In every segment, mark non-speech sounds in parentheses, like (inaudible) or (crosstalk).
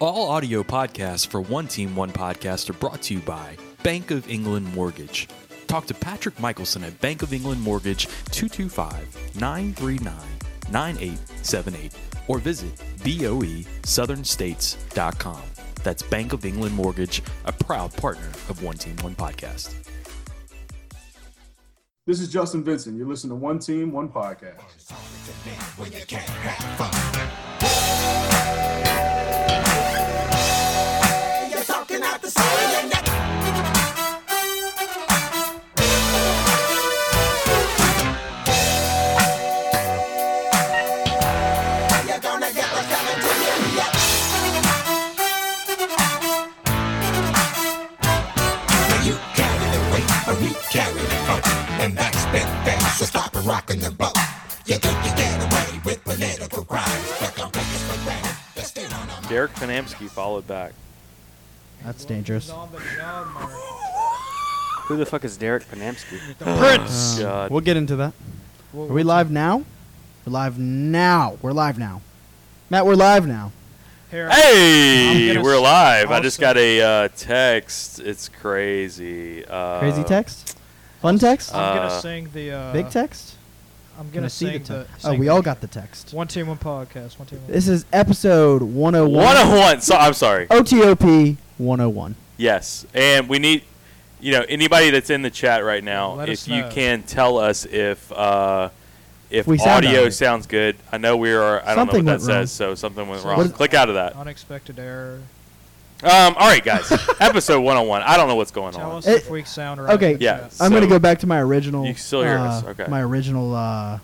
All audio podcasts for One Team One Podcast are brought to you by Bank of England Mortgage. Talk to Patrick Michelson at Bank of England Mortgage 225 939 9878 or visit E boesouthernstates.com. That's Bank of England Mortgage, a proud partner of One Team One Podcast. This is Justin Vincent. You're listening to One Team, One Podcast. Derek Panamsky followed back. That's dangerous. Oh, Who the fuck is Derek Panamsky? Uh, God. we'll get into that. Are we live now? We're live now. We're live now. Matt, we're live now. Hey, I'm gonna we're s- live. I just got also- a uh, text. It's crazy. Uh, Crazy text? Fun text? uh, I'm gonna sing the uh, Big text? I'm Can I gonna see the sing text? oh, sing we the- all got the text. one team one podcast. One team one. This is episode 101. 101. So I'm sorry. OTOP 101. Yes, and we need, you know, anybody that's in the chat right now, Let if us you know. can tell us if uh, if We sound audio alright. sounds good. I know we are. I don't Something know what that went wrong. says. So something went So- wrong. What is- Click out (laughs) of that. Unexpected error. Um. All right, guys. episode 101. I don't know what's going Tell on. us It- if we sound right. okay. in the Yeah. chat. I'm going to So- go back to my original. You can still hear uh, us, okay. My original, uh,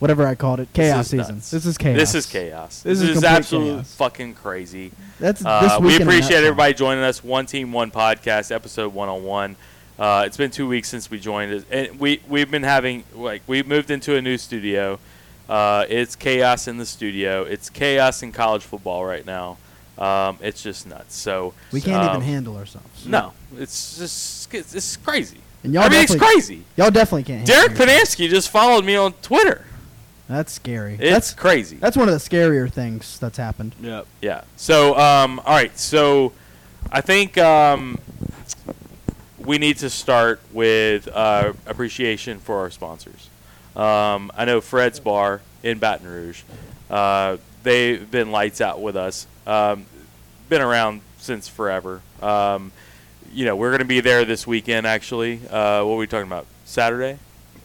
whatever I called it, chaos is season. nuts. This is chaos. This is chaos. This This, is is, complete absolutely chaos. fucking crazy. That's this Uh, week we in a appreciate nutshell. everybody joining us. One Team, One Podcast, episode 101. Uh, it's been two weeks since we joined, us, and we we've been having like we moved into a new studio. Uh, it's chaos in the studio. It's chaos in college football right now. Um, it's just nuts. So We can't um, even handle ourselves. No, it's just it's, it's crazy. And y'all Everything's definitely- crazy. Y'all definitely can't handle Derek yourselves. Panansky just followed me on Twitter. That's scary. It's that's crazy. that's one of the scarier things that's happened. Yep. Yeah. So, um, all right. So, I think um, we need to start with uh, appreciation for our sponsors. Um, I know Fred's Bar in Baton Rouge. Uh, they've been lights out with us. Um, been around since forever. Um, you know, we're going to be there this weekend. Actually, uh, what are we talking about? Saturday.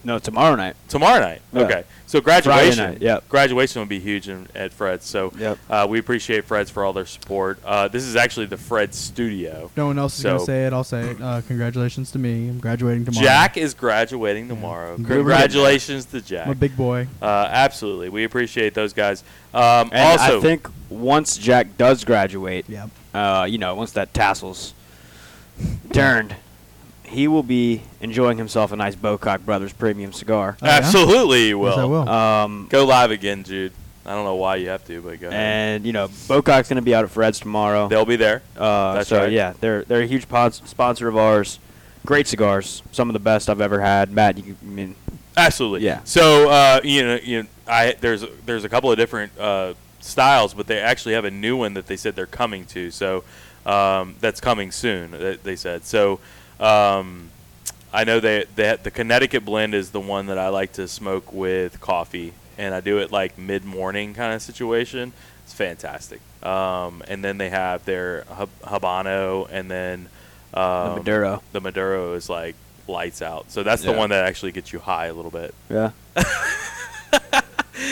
No, tomorrow night. Tomorrow night. Yeah. Okay. So graduation. night, yep. Graduation will be huge in, at Fred's. So Yep. uh, we appreciate Fred's for all their support. Uh, this is actually the Fred studio. No one else is gonna So- say it. I'll say it. Uh, congratulations to me. I'm graduating Jack is graduating tomorrow. Good Congratulations to Jack. big boy. Uh, absolutely. We appreciate those guys. Um, And also, I think once Jack does graduate, Yep. uh, you know, once that tassel's turned, he will be enjoying himself a nice Bocock Brothers premium cigar. Oh, yeah? absolutely you will. Yes, I will. Um, Go live again, Jude. I don't know why you have to, but go ahead. and you know, Bocock's gonna be out at Fred's tomorrow. They'll be there. uh, that's so right. yeah, they're they're a huge pod- sponsor of ours. Great cigars, some of the best I've ever had. Matt, you can- I mean, Absolutely. Yeah. So uh, you know, you know, I there's there's a couple of different uh, styles, but they actually have a new one that they said they're coming to. So um, that's coming soon. th- They said so. Um, I know they, they the Connecticut blend is the one that I like to smoke with coffee, and I do it like mid morning kind of situation. It's fantastic. Um, and then they have their Hab- Habano, and then um, Maduro. The Maduro is like lights out. So that's the Yeah. one that actually gets you high a little bit. (laughs) Yeah.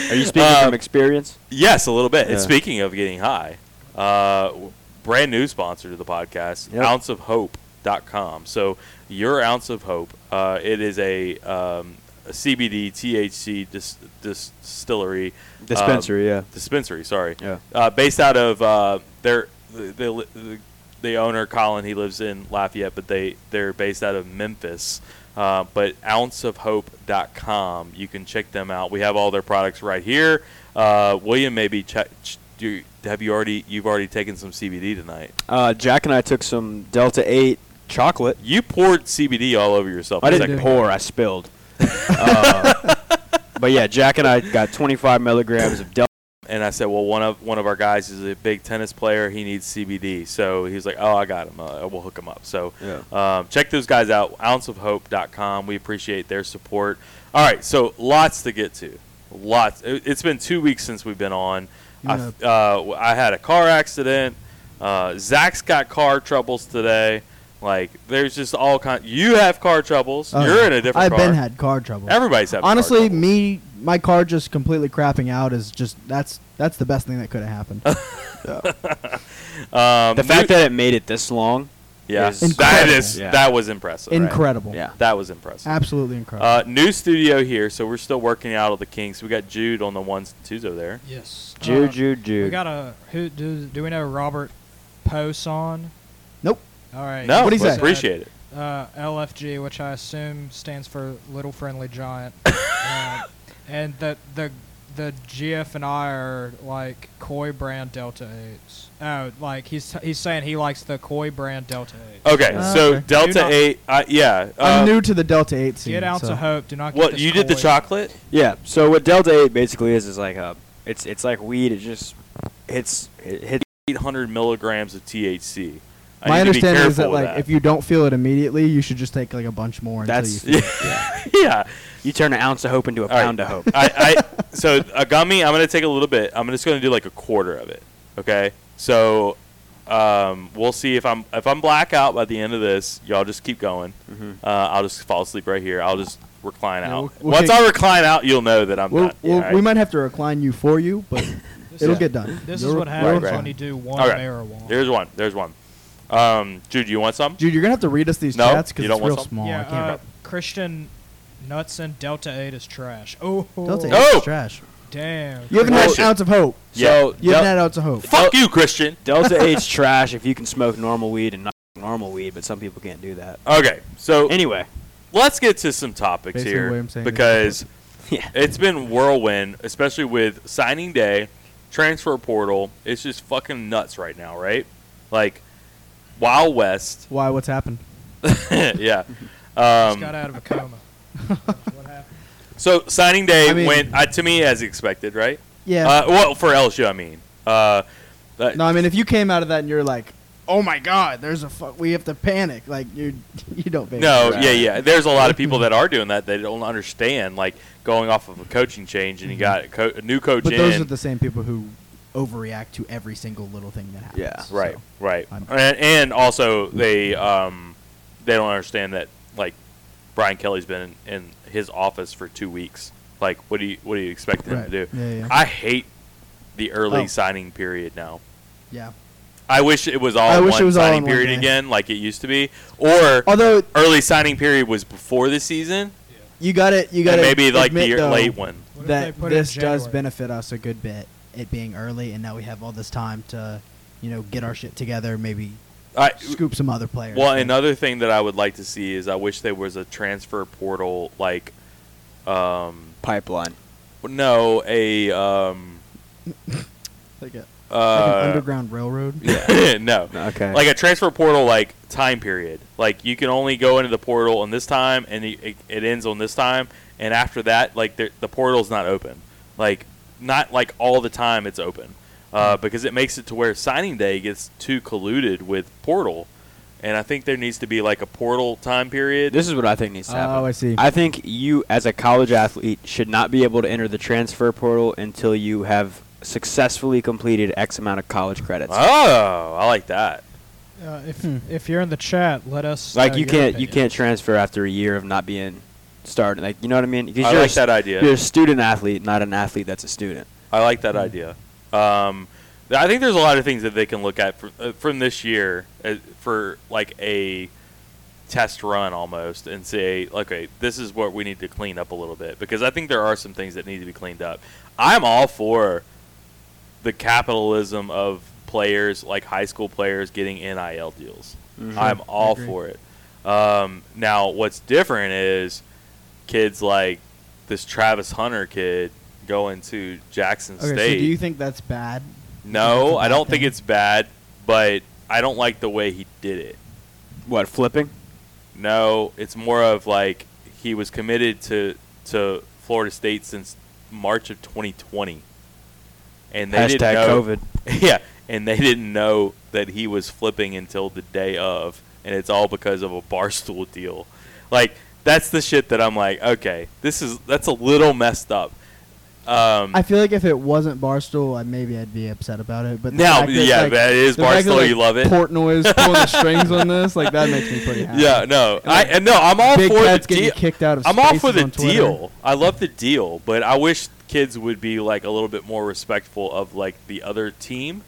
Are you speaking Um, from experience? Yes, a little bit. And Yeah. speaking of getting high, uh, w- brand new sponsor to the podcast, Yep. ounceofhope.com. So, your ounce of hope, uh, it is a, um, a CBD THC dis- dis- distillery um, Dispensary, yeah. dispensary. Sorry. Yeah. Uh, based out of uh, their the, the, the, the owner Colin, he lives in Lafayette, but they they're based out of Memphis. Uh, but ounceofhope.com, you can check them out. We have all their products right here. Uh, William, maybe check. ch- Do, have you already? You've already taken some CBD tonight. Uh, Jack and I took some Delta Eight chocolate. You poured CBD all over yourself. I a didn't second ago. pour. I spilled. uh, but yeah, Jack and I got 25 milligrams of Delta and I said, well, one of one of our guys is a big tennis player. He needs CBD. So he was like, oh, I got him. Uh, we'll hook him up. So Yeah. um, check those guys out. Ounceofhope.com. We appreciate their support. All right, so lots to get to. Lots. It- It's been two weeks since we've been on. Yeah. I, uh, I had a car accident. Uh, Zach's got car troubles today. Like, there's just all kind. You have car troubles. Oh, You're in a different. I've car. been had car trouble. Everybody's having car Honestly, trouble. me my car just completely crapping out is just that's that's the best thing that could have (laughs) happened. Um, The fact that it made it this long, yeah, is that incredible. is Yeah. that was impressive. right? incredible. yeah. That was impressive. Absolutely incredible. Uh, new studio here, so we're still working out of the kinks. We got Jude on the ones and twos over there. Yes. Jude, Uh, Jude, We Jude. got a who do, do we know Robert Poson? Nope. All right. No, What'd he but say? appreciate it. Uh, LFG, which I assume stands for Little Friendly (laughs) Giant, uh, and the the the GF and I are like Koi brand Delta Eights. Oh, like he's he's saying he likes the Koi brand Delta Eight. Okay, Uh, so okay. Delta Do not- Eight, uh, yeah. I'm uh, new to the Delta Eight scene. Get ounce so- of hope. Do not. Get What this you did the Koi. chocolate? Yeah. So what Delta Eight basically is is like a, it's it's like weed. It just hits it hits. 800 milligrams of THC. I My need to be understanding is that careful with like if you don't feel it immediately, you should just take like a bunch more. until That's you feel it. (laughs) yeah. (laughs) you turn an ounce of hope into a All right. pound (laughs) of hope. I, I so a gummy. I'm gonna take a little bit. I'm just gonna do like a quarter of it. Okay. So um, we'll see if I'm if I'm blackout by the end of this. Y'all just keep going. Uh, I'll just fall asleep right here. I'll just recline Yeah, out. we'll- we'll Once take- I recline out, you'll know that I'm We'll, not. we'll, yeah, right? We might have to recline you for you, but This it'll is- get done. This is You'll- what you'll happens recline. when you do one All right. marijuana. There's one. There's one. Um, Jude, you want some? Dude, you're gonna have to read us these No, chats because you don't it's want real some? small. yeah, I can't. uh, Christian nuts and Delta Eight is trash. Oh, Delta No. Eight is trash. damn. You haven't had an Bullshit. ounce of hope. Yeah. So You haven't Del- had an ounce of hope. Fuck you, Christian. Delta Eight's trash if you can smoke normal weed and not normal weed, but some people can't do that. Okay. So Anyway, let's get to some topics Basically here what I'm saying is- (laughs) because yeah. it's been whirlwind, especially with signing day, transfer portal. It's just fucking nuts right now, right? Like Wild West. (laughs) Why? What's happened? (laughs) yeah. Just got Um, out of a coma. what happened? so signing day I mean- went uh, to me as expected, right? Yeah. Uh, well, for LSU, I mean. Uh, uh, no, I mean if you came out of that and you're like, oh my god, there's a fuck, we have to panic. Like you, (laughs) you don't. Panic. No, Right. yeah, yeah. There's a lot (laughs) of people that are doing that. They don't understand, like going off of a coaching change, and you got a, co- a new coach Mm-hmm. But in. those are the same people who overreact to every single little thing that happens. Yeah, right, so. right, I'm- and, and also they um, they don't understand that like Brian Kelly's been in, in his office for two weeks. Like, what do you what do you expect him Right. to do? Yeah, yeah. I hate the early Oh. signing period now. Yeah. I wish it was all I in wish one it was all signing in one period day. again, like it used to be, or Although early signing period was before the season, you got it, you got and to maybe like the admit, year- though, late one. What if they that put it in this does January? benefit us a good bit. It being early, and now we have all this time to, you know, get our shit together. Maybe I, scoop some other players. Well, another thing that I would like to see is I wish there was a transfer portal like, um, pipeline. no, a um, like, a, like an (laughs) uh, underground railroad. (laughs) no, Okay. like a transfer portal like time period. Like you can only go into the portal on this time, and it, it, it ends on this time, and after that, like the, the portal's not open. Like not like all the time it's open, uh, because it makes it to where signing day gets too colluded with portal, and I think there needs to be like a portal time period. This is what I think needs to happen. Oh, I see. I think you, as a college athlete, should not be able to enter the transfer portal until you have successfully completed X amount of college credits. Oh, I like that. Uh, if Hmm. if you're in the chat, let us. Like know you Oh, your can't, you opinion. can't transfer after a year of not being started. Like you know what I mean? Because I you're, a like s- that idea. you're a student athlete, not an athlete that's a student. I like that idea. Um, th- I think there's a lot of things that they can look at from, uh, from this year uh, for like a test run almost and say, okay, this is what we need to clean up a little bit because I think there are some things that need to be cleaned up. I'm all for the capitalism of players like high school players getting NIL deals. I'm all agree. for it. Um, now, what's different is kids like this Travis Hunter kid going to Jackson okay, so State. do you think that's bad? no, That's a I don't bad think thing. it's bad, but I don't like the way he did it. What flipping? No, it's more of like he was committed to to Florida State since March of 2020. and they didn't Hashtag know, (laughs) COVID. yeah, and they didn't know that he was flipping until the day of, and it's all because of a (laughs) barstool deal. Like that's the shit that I'm like, okay, this is that's a little messed up. Um, I feel like if it wasn't Barstool, I maybe I'd be upset about it. But the Now, fact that, yeah, like, that is the fact that, Barstool, like, you love it. Portnoy (laughs) is pulling the strings on this, like that makes me pretty happy. yeah, no, I like, and no, I'm all Big for the Cat's getting deal. kicked out of I'm all for spaces the on Twitter. deal. I love the deal, but I wish kids would be like a little bit more respectful of like the other team,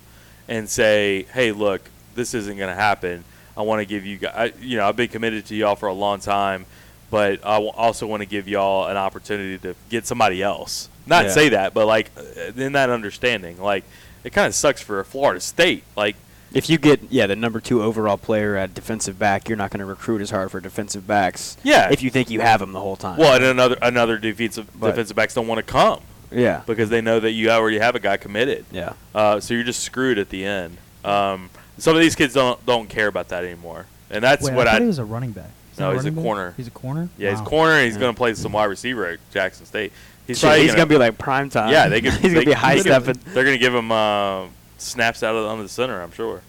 and say, "Hey, look, this isn't going to happen. I want to give you guys, you know, I've been committed to y'all for a long time, but I w- also want to give y'all an opportunity to get somebody else. Not Yeah. say that, but like uh, in that understanding, like it kind of sucks for Florida State, like." If you get yeah the number two overall player at defensive back, you're not going to recruit as hard for defensive backs. Yeah. If you think you have them the whole time. Well, and another another defensive But- defensive backs don't want to come yeah. because they know that you already have a guy committed. Yeah. Uh, so you're just screwed at the end. Um, some of these kids don't don't care about that anymore, and that's Wait, what I I. thought he was a running back. He's No, not he's a running back? corner. He's a corner. yeah, he's Wow. corner. and He's Yeah. going to play some wide receiver at Jackson State. He's Shit, probably he's gonna, going to be like prime (laughs) time. yeah, they could. (laughs) he's they- going to be high stepping. They're going to give him uh, snaps out of under the center. I'm sure.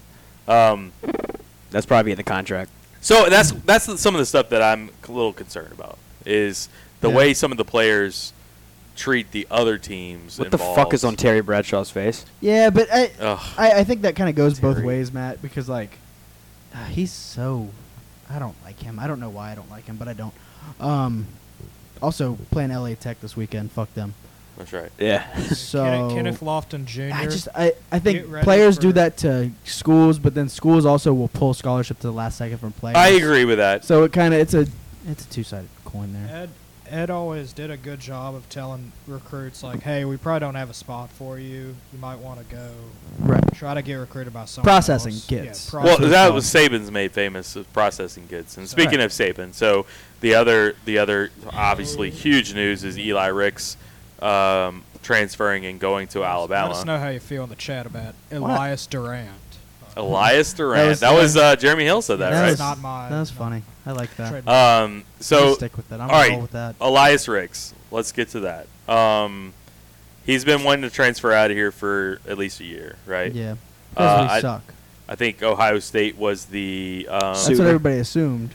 Um, That's probably in the contract. So that's that's the- some of the stuff that I'm a little concerned about is the Yeah. way some of the players treat the other teams. What the fuck is on involved. Terry Bradshaw's face? Yeah, but I, Ugh. I, I think that kind of goes both Terry. ways, Matt, because like uh, Ah, he's so. I don't like him. I don't know why I don't like him, but I don't. Um, also playing LA Tech this weekend. Fuck them. That's right. (laughs) Yeah. So Kenneth Lofton Jr. I just I, I get think ready players do for- that to schools, but then schools also will pull scholarship to the last second from players. I agree with that. So it kind of it's a it's a two sided coin there. Ed Ed always did a good job of telling recruits like, "Hey, we probably don't have a spot for you. You might want to go Right. try to get recruited by someone." Processing else." kids. Yeah, Well, process- that was Saban's made famous of processing goods. And speaking Right. of Saban, so the other the other obviously huge news is Eli Ricks um, transferring and going to Let us Alabama. know how you feel in the chat about Elias Durant. Elias Durant. That was, was- uh, Jeremy Hill said that, That right? was not my- That was no. funny. I like that. Trade- um, I'm gonna so stick with that. I'm all gonna right. roll with that. Elias Ricks. Let's get to that. Um, he's been wanting to transfer out of here for at least a year, right? Yeah. Uh, Because we I- suck. I think Ohio State was the um, That's Suitor. what everybody assumed.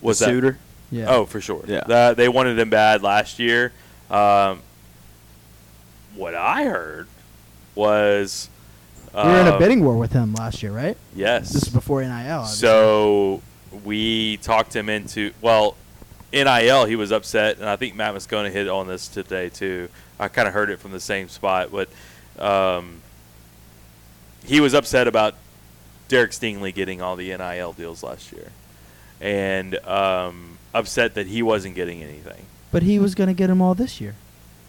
was that Suitor? Yeah. Oh, for sure. Yeah. That- they wanted him bad last year. Um, what I heard was we were in a um, bidding war with him last year, right? Yes. This is before NIL. obviously. So we talked him into well, NIL. He was upset, and I think Matt Moscona hit on this today too. I kind of heard it from the same spot, but um, he was upset about Derek Stingley getting all the NIL deals last year, and um, upset that he wasn't getting anything. But he was gonna get him all this year.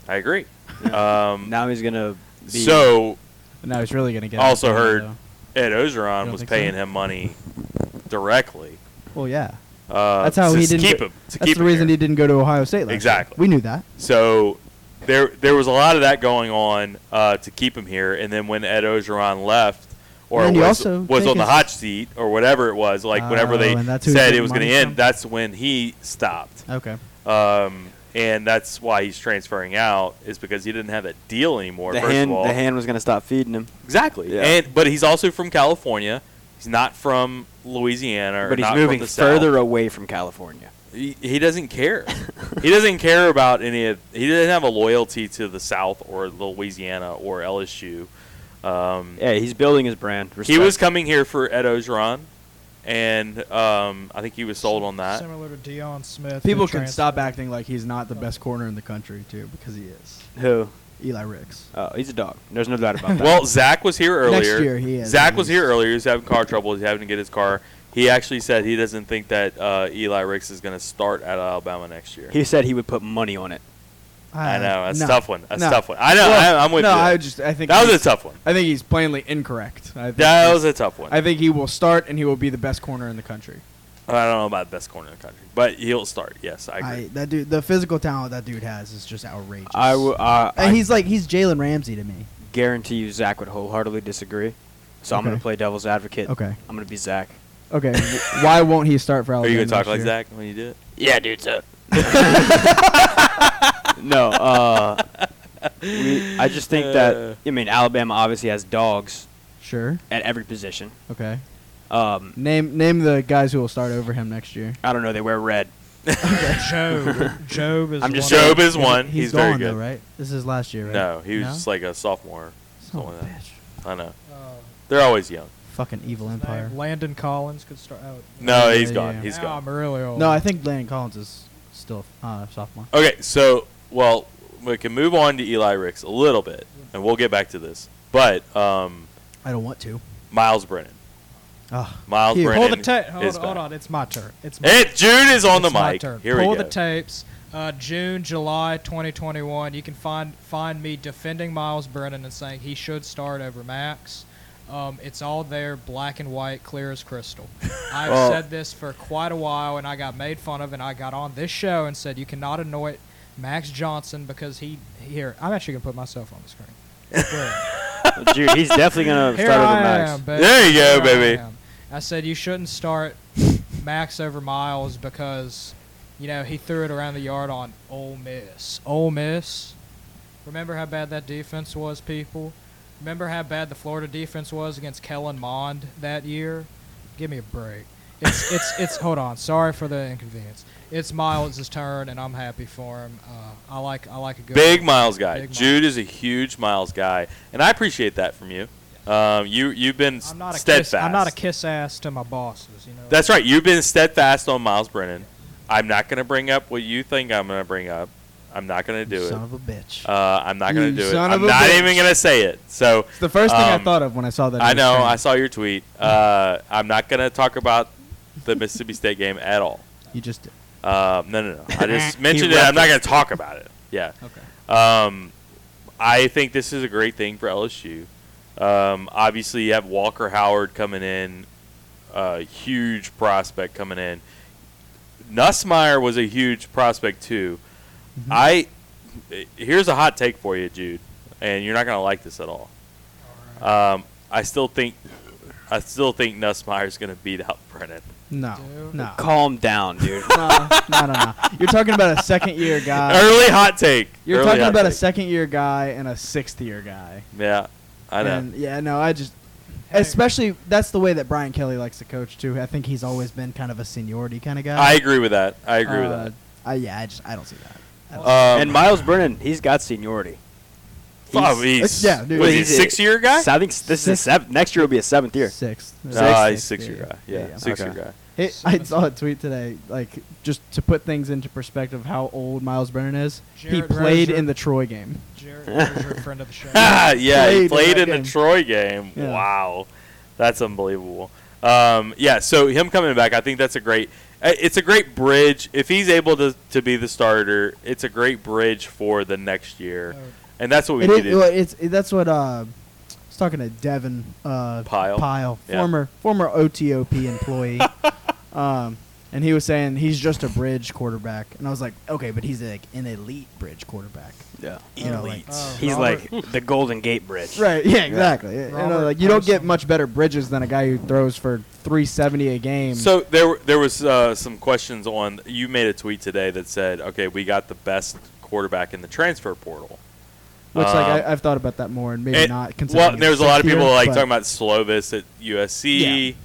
I agree. Um, Now he's going to be. so No, he's really gonna get. him also this year, heard though. Ed You Ogeron don't was think so? paying him money directly. Well, yeah. Uh, That's how to he s- didn't keep go- him. To That's keep the him reason here. he didn't go to Ohio State last Exactly. year. We knew that. So there there was a lot of that going on uh, to keep him here, and then when Ed Ogeron left, or And you was, also was take on the his- hot seat or whatever it was, like whenever Oh, they and that's who he said took it was going to money end, from? that's when he stopped, Okay. um, and that's why he's transferring out is because he didn't have that deal anymore. The first hand, of all, the hand was going to stop feeding him. exactly, Yeah. and but he's also from California. He's not from Louisiana, or But he's not moving from the South. further away from California. he, he doesn't (laughs) care. he doesn't care about any of. He doesn't have a loyalty to the South or Louisiana or LSU. Um, Yeah, he's building his brand. he Respect. was coming here for Ed Ogeron, and um, I think he was sold on that. Similar to Dion Smith. who People can transferred. (laughs) stop acting like he's not the best corner in the country too, because he is. Who? Eli Ricks. Oh, he's a dog. There's no (laughs) doubt about that. Well, Zach was here earlier. Next year he is, Zach at was here least. earlier. He's having car trouble. He's having to get his car. He actually said he doesn't think that uh, Eli Ricks is going to start at Alabama next year. he said he would put money on it. I know that's no. a tough one. That's a No. tough one. I know. Well, I, I'm with no, you. I just I think that was a he's- tough one. I think he's plainly incorrect. I think That he's- was a tough one. I think he will start and he will be the best corner in the country. I don't know about best corner in the country, but he'll start. Yes, I agree. I, that dude, the physical talent that dude has is just outrageous. I, w- uh, and I he's like he's Jalen Ramsey to me. guarantee you Zach would wholeheartedly disagree. So I'm Okay. going to play devil's advocate. Okay. I'm going to be Zach. Okay. why won't he start for Are Alabama? you gonna talk next like year? Zach when you do it? Yeah, dude. So. no, uh, We, I just think Uh. that I mean Alabama obviously has dogs Sure. at every position. Okay. Um, Name name the guys who will start over him next year. I don't know. They wear red. Job. Job is I'm just one of- Job is one. He's, He's, gone very good. though, right? This is last year, right? No, he was just like a sophomore. Son of a something like that. bitch. I know. uh, They're always young. Fucking evil his empire. name, Landon Collins could start. Oh, No, Yeah, he's yeah, gone. yeah. He's now gone. I'm really old. No, I think Landon Collins is still uh, sophomore. Okay, so well, we can move on to Eli Ricks a little bit, and we'll get back to this. But um, I don't want to. Miles Brennan, Ugh. Miles Here, Brennan Pull the tape. Hold, is on, hold back. on, it's my turn. It's my And June is on It's the my mic. turn. Here Pull we go. the tapes. Uh, June, July 2021. You can find find me defending Miles Brennan and saying he should start over Max. Um, it's all there, black and white, clear as (laughs) crystal. I've Well- said this for quite a while, and I got made fun of, and I got on this show and said you cannot anoint Max Johnson because he here. I'm actually gonna put myself on the screen. (laughs) Where? Dude, he's definitely gonna here start over I Max. am, baby. There you go, Here I baby. am. I said you shouldn't start Max over Miles because, you know, he threw it around the yard on Ole Miss. Ole Miss. Remember how bad that defense was, people? Remember how bad the Florida defense was against Kellen Mond that year? Give me a break. It's (laughs) it's it's. Hold on. Sorry for the inconvenience. It's Miles' turn, and I'm happy for him. Uh, I like I like a good Big Miles guy. Big Miles. Jude is a huge Miles guy, and I appreciate that from you. Um, you you've been I'm not a steadfast. kiss. I'm not a kiss ass to my bosses. You know. That's right. You've been steadfast on Miles Brennan. I'm not going to bring up what you think I'm going to bring up. I'm not going to do Son it. of a bitch. Uh, I'm not going You to do it. son of I'm a not bitch. even going to say it. So it's the first thing um, I thought of when I saw that. I in the know. screen. I saw your tweet. Uh, I'm not going to talk about the Mississippi State game at all. you just did. Um, no, no, no. (laughs) I just He mentioned it. I'm not going to talk about it. Yeah. Okay. Um, I think this is a great thing for LSU. Um, obviously, you have Walker Howard coming in, a huge prospect coming in. Nussmeyer was a huge prospect too. Mm-hmm. I here's a hot take for you, Jude, and you're not going to like this at all. Um, I still think I still think Nussmeyer's going to beat out Brennan. No, Dude. no, Calm down, dude. no, no, no, no. You're talking about a second year guy. Early hot take. Uh, You're Early talking hot about a take. second year guy and a sixth year guy. Yeah, I know. And, yeah, no, I just. Hey. Especially that's the way that Brian Kelly likes to coach too. I think he's always been kind of a seniority kind of guy. Um, I agree with that. I agree with that. I, yeah, I just I don't see that. Um, and Miles Brennan, he's got seniority. fuck, he's, yeah, dude. was he a He's a- six year guy? So I think s- this is Sixth. a seventh. Next year will be a seventh year. Sixth. Nah, Ah, he's Sixth, six year guy. Yeah, six Okay. year guy. Hey, I saw a tweet today, like just to put things into perspective, how old Miles Brennan is. he Jared played Rozier. in the Troy game. (laughs) Jared, there's your friend of the show. Ah, (laughs) yeah, played he in that played in, game. the Troy game. Yeah. Wow, that's unbelievable. Um, yeah, so him coming back, I think that's a great. uh, It's a great bridge if he's able to, to be the starter. It's a great bridge for the next year, and that's what we It is, needed. well, it's it, that's what uh, I was talking to Devin uh, Pyle. Yeah. former former OTOP employee, (laughs) um, and he was saying he's just a bridge quarterback, and I was like, okay, but he's like an elite bridge quarterback. Yeah. You know, like- Oh, He's Robert- like the Golden Gate Bridge. Right. Yeah. Exactly. You, know, Robert like, you don't get Parson. much better bridges than a guy who throws for three seventy a game. So there, were- there was uh, some questions on. You made a tweet today that said, "Okay, we got the best quarterback in the transfer portal." which like um, I, I've thought about that more and maybe And- not. Considering Well, it's there's a lot of sixth people year, like but- talking about Slovis at USC.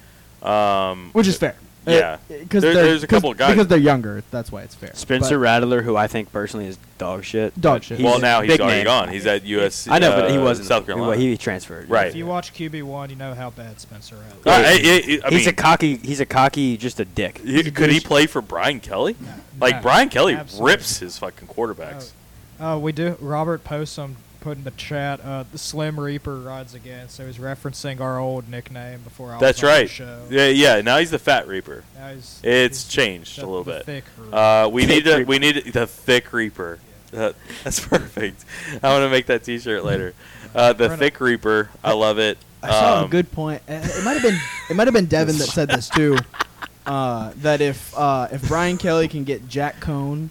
Um, which is fair. Yeah. because There- there's a couple of guys- because they're younger. That's why it's fair. Spencer Rattler, who I think personally is dog shit. Dog but shit. well, he's now he's big already name. gone. He's at USC. I know, but he uh, wasn't. South he- Carolina. He, transferred. Right. If you watch QB one, you know how bad Spencer is. Uh, I- I- I he's a mean, cocky. He's a cocky. Just a dick. he- could he play for Brian Kelly? Like No, Brian Kelly absolutely. rips his fucking quarterbacks. Uh, we do. Robert Possum put in the chat. Uh, the Slim Reaper rides again, so he's referencing our old nickname before I That's was on the right. show. Yeah, yeah. Now he's the Fat Reaper. Now he's- It's he's changed the- a little the bit. thick Reaper. Uh, we Thick need to. Reaper. We need the thick Reaper. Uh, (laughs) that's perfect. I want to make that T-shirt later. Uh, the Right thick Reaper. I love it. I saw a Um, good point. Uh, It might have been it might have been Devin that said this too. Uh, that if uh, if Brian Kelly can get Jack Cohn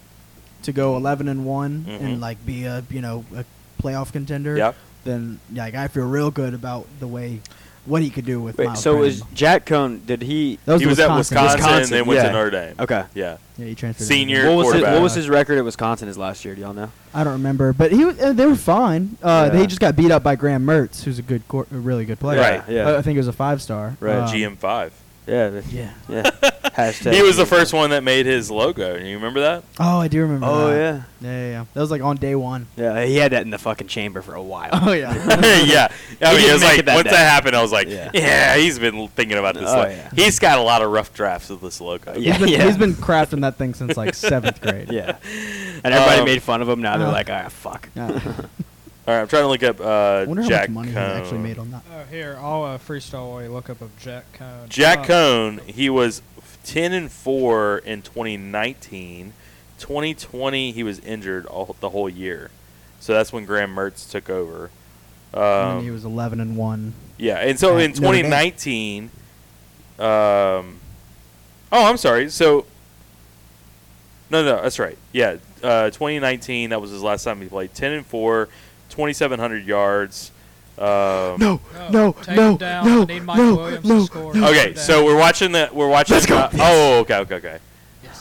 to go eleven and one Mhm. and like be a you know a playoff contender, Yep. then like I feel real good about the way what he could do with Wait, Miles so Brennan. was Jack Cohn? Did he? That was he the was at Wisconsin, and Wisconsin, then went yeah. to Notre Dame. Okay. Yeah. Yeah, he transferred. Senior What was his, quarterback. what was his record at Wisconsin his last year? Do y'all know? I don't remember, but he was, uh, they were fine. Uh, Yeah. They just got beat up by Graham Mertz, who's a good, cor- a really good player. Right, yeah. Uh, I think it was a five star. Right. Um, GM five. Yeah. the- Yeah. Yeah. (laughs) Hashtag. He was the first one that made his logo. You remember that? Oh, I do remember. Oh that. yeah. Yeah, yeah, yeah. That was like on day one. Yeah. He had that in the fucking chamber for a (laughs) while. (laughs) Oh yeah. (laughs) yeah. I He mean, didn't it was make like it that once day. that happened, I was like, Yeah. yeah, he's been thinking about this. Oh, lo- yeah. He's got a lot of rough drafts of this logo. Yeah, he's, been, yeah. he's been crafting that thing since like (laughs) seventh grade. (laughs) yeah. And everybody Um, made fun of him. Now they're Uh, like, ah, fuck. (laughs) (laughs) Yeah. All right, I'm trying to look up I uh, wonder how Jack uh, much money Cohn. he's actually made on that. Oh, here I'll uh, freestyle while you look up of Jack Cone. Jack Uh, Cohn, he was 10 and 4 in 2019. 2020, he was injured all the whole year. So that's when Graham Mertz took over. and then he Um, was eleven and one. yeah, and so at in Notre Dame. 2019, um, oh, I'm sorry. So, no, no, that's right. Yeah, uh, 2019, that was his last time he played. 10 and 4, 2,700 yards. Um, No, Oh, no, take him no, down. no, Need Mike no, Williams to no, score. no. Okay, so we're watching the we're watching. Let's go, uh, Vince. oh, okay, okay, okay.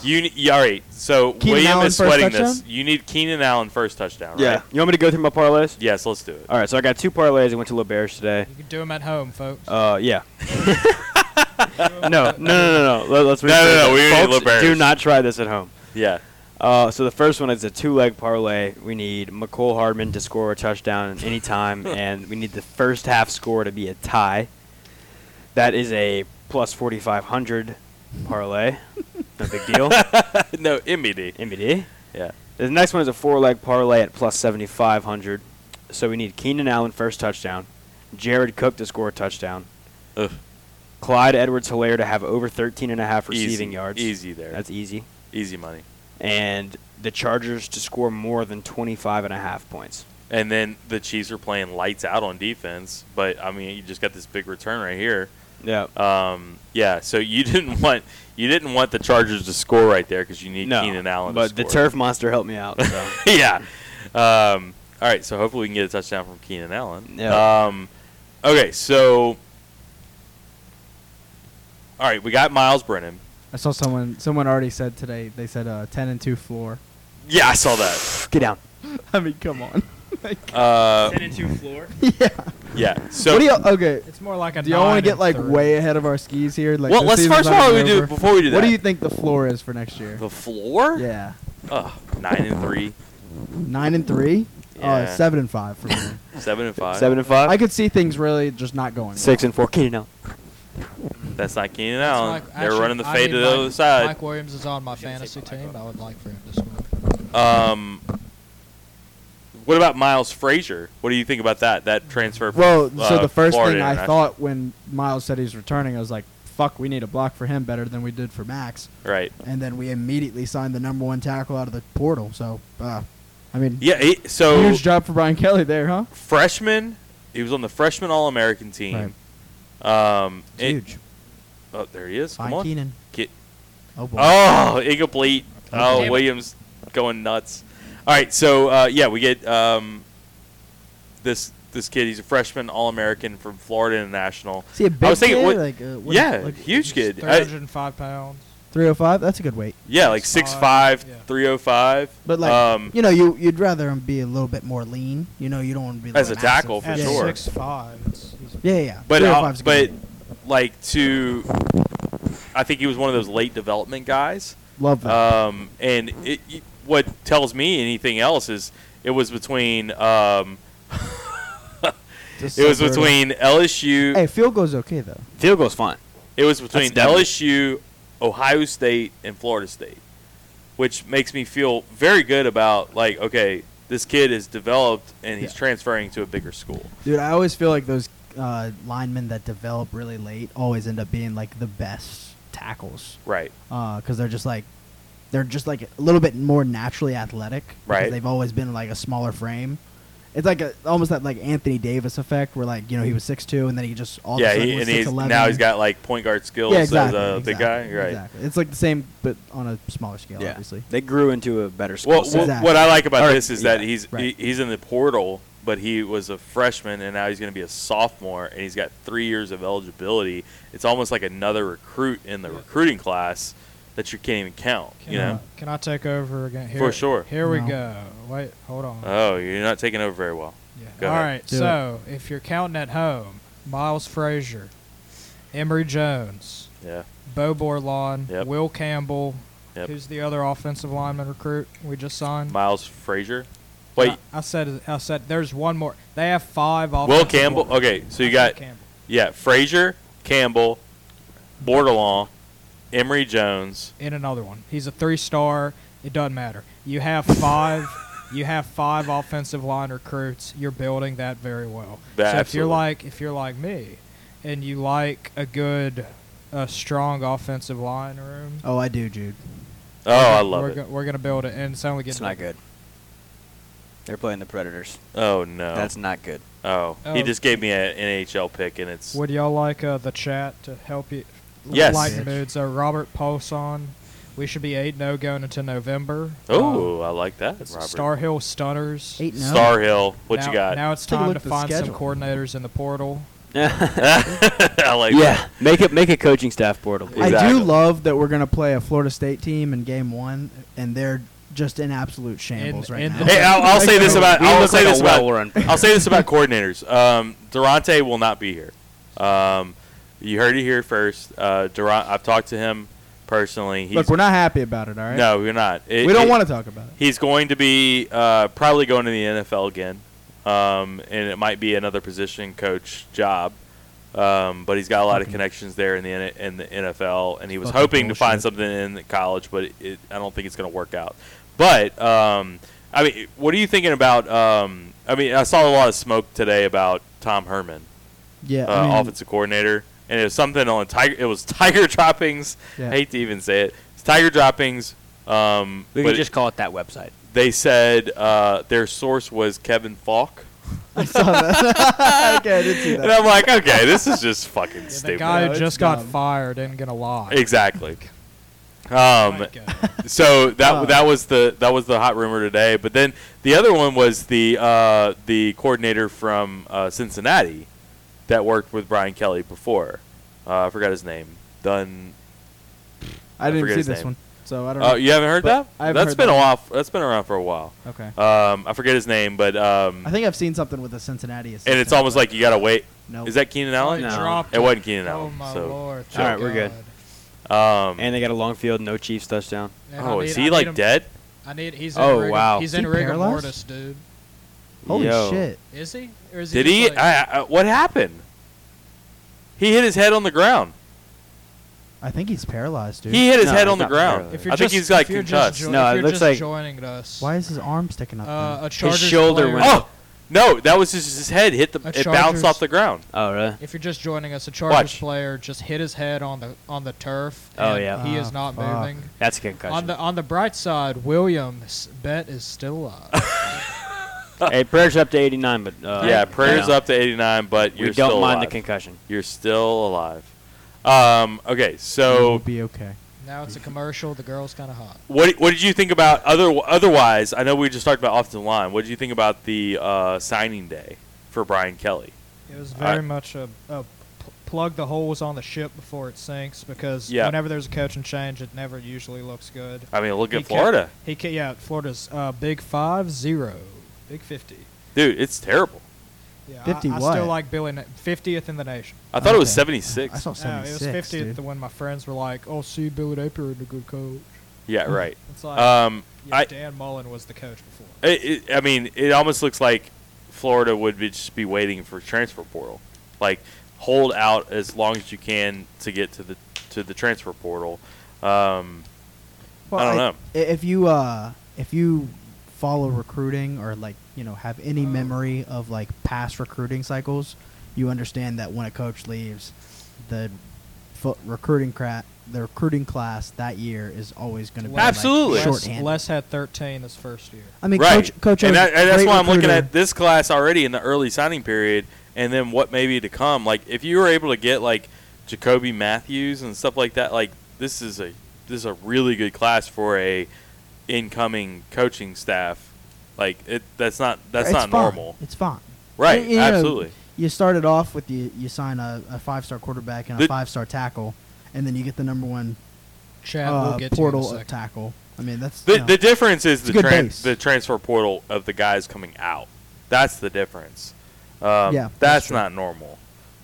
You ne- yeah, all right? So Keenan William Allen is first sweating this. touchdown? You need Keenan Allen first touchdown, Yeah. right? You want me to go through my parlays? Yes, let's do it. All right. So I got two parlays. I went to LeBear's today. You can do them at home, folks. Uh, yeah. (laughs) (laughs) Do 'em No, no, at- no, no, no. Let, us No, no, no, we need Folks, LeBear's. do not try this at home. (laughs) Yeah, Uh, so the first one is a two-leg parlay. We need McCole Hardman to score a touchdown any (laughs) time, and we need the first half score to be a tie. That is a plus 4,500 parlay. No (laughs) big deal. no E MBD. MBD. Yeah, The next one is a four-leg parlay at plus 7,500. So we need Keenan Allen first touchdown, Jared Cook to score a touchdown, Ugh. Clyde Edwards-Hilaire to have over 13 and a half receiving easy, yards. Easy there. That's easy. easy money. and the Chargers to score more than 25 and a half points. And then the Chiefs are playing lights out on defense, but I mean, you just got this big return right here. Yeah. Um, yeah, so you (laughs) didn't want you didn't want the Chargers to score right there because you need No, Keenan Allen. to but the score. turf monster helped me out. (laughs) So. yeah. Um, all right, so hopefully we can get a touchdown from Keenan Allen. Yeah. Um, okay, so. All right, we got Miles Brennan. I saw someone. Someone already said today. They said uh, ten and two (laughs) floor. Yeah, I saw that. Get down. I mean, come (laughs) on. Uh, floor. yeah. yeah. So, what do y'all? Okay. It's more like a. Do y'all want to get like way ahead of our skis here? Like, well, this let's season's first of not all even we do over. before we do that. What do you think the floor is for next year? The floor? Yeah, Ugh, nine and three, Nine and three. Uh, Yeah. seven and five for me. seven and five. Seven and five. I could see things really just not going. Six and four. Keenan Allen. That's not Keenan It's Allen. like- They're actually, running the I fade need to the Mike- other side. Mike Williams is on my fantasy team. I would like for him to score. Um, what about Miles Frazier? What do you think about that? That transfer. from, Well, so uh, the first Florida thing I International- thought when Miles said he's returning, I was like, "Fuck, we need a block for him better than we did for Max." Right. And then we immediately signed the number one tackle out of the portal. So, uh, I mean, Yeah. he- so huge job for Brian Kelly there, huh? freshman. He was on the freshman All American team. Um, it's it- huge. Oh, there he is. Come Fine, on. Keenan. Get- Oh boy. oh, incomplete. Damn Oh, it. Williams going nuts. All right, so uh, yeah, we get um, this this kid. He's a freshman All American from Florida International. See a big I was thinking, kid? what- like, uh, what- yeah, like huge kid. Three I- hundred and five pounds. 305. That's a good weight. yeah, like 6'5", 6'5", yeah. 305. But like, um, you know, you you'd rather him be a little bit more lean. You know, you don't want to be like As a massive. tackle, for At yeah, sure. six five. Yeah, yeah. yeah. but uh, 305's a but good weight. like to, I think he was one of those late development guys. love that. Um, and it, y- what tells me anything else is it was between um, Just it was so brutal. between LSU. Hey, field goal's okay though. Field goal's fine. It was between That's definite. LSU, Ohio State, and Florida State, which makes me feel very good about like okay, this kid is developed and he's Yeah. transferring to a bigger school. Dude, I always feel like those uh, linemen that develop really late always end up being like the best tackles Right. because they're just like they're just like a little bit more naturally athletic. because Right. They've always been like a smaller frame. It's like a, almost that like Anthony Davis effect, where like you know he was six two and then he just all yeah, of a sudden he, was and he's 6'11". now he's got like point guard skills yeah, exactly, as a exactly, big guy. Right. Exactly. It's like the same, but on a smaller scale, Yeah. obviously. They grew into a better Well, school. wh- set. Exactly. what I like about Or- this is that yeah, he's right. he, he's in the portal but he was a freshman and now he's going to be a sophomore and he's got three years of eligibility. It's almost like another recruit in the recruiting class that you can't even count. Can, you know? I, can I take over again? Here, For sure. Here we No. go. Wait, hold on. Oh, you're not taking over very well. Yeah. Go All ahead. right. Do so if you're counting at home, Miles Frazier, Emory Jones, Yeah. Bo Borlon, Yep. Will Campbell. Yep. Who's the other offensive lineman recruit we just signed? Miles Frazier. Wait, I, I said. I said. There's one more. They have five. Will offensive Campbell. linemen. Okay, so you I got said Campbell. yeah, Frazier, Campbell, Bordelon, Emory Jones. in another one. He's a three star. It doesn't matter. You have (laughs) five. you have five offensive line recruits. You're building that very well. That- so if you're absolutely. like if you're like me, and you like a good, a strong offensive line room. Oh, I do, Jude. Oh, I we're love it. Go, we're gonna build it, and it's only It's getting not good. They're playing the Predators. Oh no. That's (laughs) not good. (laughs) oh, he Oh. just gave me an NHL pick, and it's Would y'all like uh, the chat to help you Yes. lighten the mood? So Robert Paulson, we should be eight no going into November. Um, oh, I like that, Robert. Star Hill Stunners. Eight no. Star Hill. What now, you got? (laughs) Now it's Take a time look to at the find some schedule. coordinators in the portal. I like yeah, make it make a coaching staff portal. please. I do Exactly. love that we're gonna play a Florida State team in game one, and they're just in absolute shambles right in now. the- that. Hey, I'll, I'll say this about. We I'll look say like a this about. (laughs) well-run I'll say this about coordinators. Um, Durante will not be here. Um, you heard it here first. Uh, Durant, I've talked to him personally. He's, Look, we're not happy about it. All right. no, you're not. It- we don't it- want to talk about it. He's going to be uh, probably going to the NFL again, um, and it might be another position coach job. Um, but he's got a lot of connections there in the N- in the NFL, and he was Fucking hoping to find bullshit. something in college, but it, it, I don't think it's going to work out. But um, I mean, what are you thinking about? Um, I mean, I saw a lot of smoke today about Tom Herman, Yeah. (laughs) uh, I mean, offensive coordinator, and it was something on Tiger. It was (laughs) Tiger droppings. Yeah. I hate to even say it. It's Tiger droppings. Um, We but could it- just call it (laughs) that website. they said uh, their source was Kevin Falk. I saw that. okay, I did see And that. I'm like, okay, this is just (laughs) fucking Yeah, the stupid. guy No, who it's just got dumb. fired ain't gonna lie. (laughs) (laughs) Exactly. Um, Like, (laughs) so that Oh. that was the that was the hot rumor today. But then the other one was the uh, the coordinator from uh, Cincinnati that worked with Brian Kelly before. Uh, I forgot his name. Dunn. I didn't forget see his this name. one, so I don't. Uh, know. you haven't heard But I that? haven't That's heard been that. a while. That's been around for a while. Okay. Um, I forget his name, but um, I think I've seen something with the Cincinnati. and it's almost like you gotta wait. no. Is that Keenan Allen? No. It wasn't Keenan Oh Allen. my so, lord! All right, we're good. God. Um, And they got a long field, no Chiefs touchdown. And I oh, need- is I he need like him- dead? I need. He's Oh, in rigor, wow. He's Is in he rigor paralyzed? mortis, dude. Holy Yo. shit! Is he? Or is he? Did just he? Like, I, I, what happened? He hit his head on the ground. I think he's paralyzed, dude. He hit his No, head he's on the not ground. paralyzed. if you're I just, think he's like if you're just concussed. jo- No, if it you're looks just like- joining us. Why is his arm sticking up? Uh, a Chargers shoulder player, went- oh no, that was just his head hit the. A It bounced Chargers- off the ground. Oh, really? If you're just joining us, a Chargers Watch. player just hit his head on the on the turf. Oh, and yeah. He is Ah, not fuck. moving. That's a On concussion. the on the bright side, Williams' bet is still alive. (laughs) hey, prayers up to 89, but uh, yeah, prayers you know, up to 89, but you're We don't still mind the alive. concussion. you're still alive. Um, okay, He'll so be okay. Now it's a commercial. The girl's kind of hot. what what did you think about other otherwise? I know we just talked about offensive line. What did you think about the uh, signing day for Brian Kelly? It was very very I- much a, plug the holes on the ship before it sinks because Yeah. whenever there's a coaching change, it never usually looks good. I mean, look He at kept- Florida, He ca- yeah, Florida's uh, big five zero, big fifty. dude. It's terrible. Yeah, 50 I, I what? still like Billy fiftieth in the nation. I thought it was Okay. 76. I saw No, it 76. was fiftieth dude. when my friends were like, "Oh, see, Billy Napier is a good coach." yeah, right. It's like Um, yeah, I- Dan Mullen was the coach before. It, it, I mean, it almost looks like Florida would be just be waiting for transfer portal, like hold out as long as you can to get to the to the transfer portal. Um, Well, I don't know. i- If you uh, if you follow recruiting or like you know have any Oh. memory of like past recruiting cycles, you understand that when a coach leaves, the fo- recruiting cra- the recruiting class that year is always going to be like, Absolutely. Les, shorthanded. Les had thirteen his first year. I mean, right, coach, coach, and, O's a that, and that's great why I'm looking recruiter. at this class already in the early signing period, and then what maybe to come. Like if you were able to get like Jacoby Matthews and stuff like that, like this is a this is a really good class for a incoming coaching staff Like it, that's not that's it's not fine. normal. It's fine. Right? you know, absolutely. You started off with you you sign a, a five star quarterback and a The- five star tackle, and then you get the number one Chad, uh, we'll get portal to you in of a second. tackle. I mean that's The, you know, the difference is the a good tran- base. the transfer portal of the guys coming out. That's the difference. Um, Yeah, that's, that's true. not normal.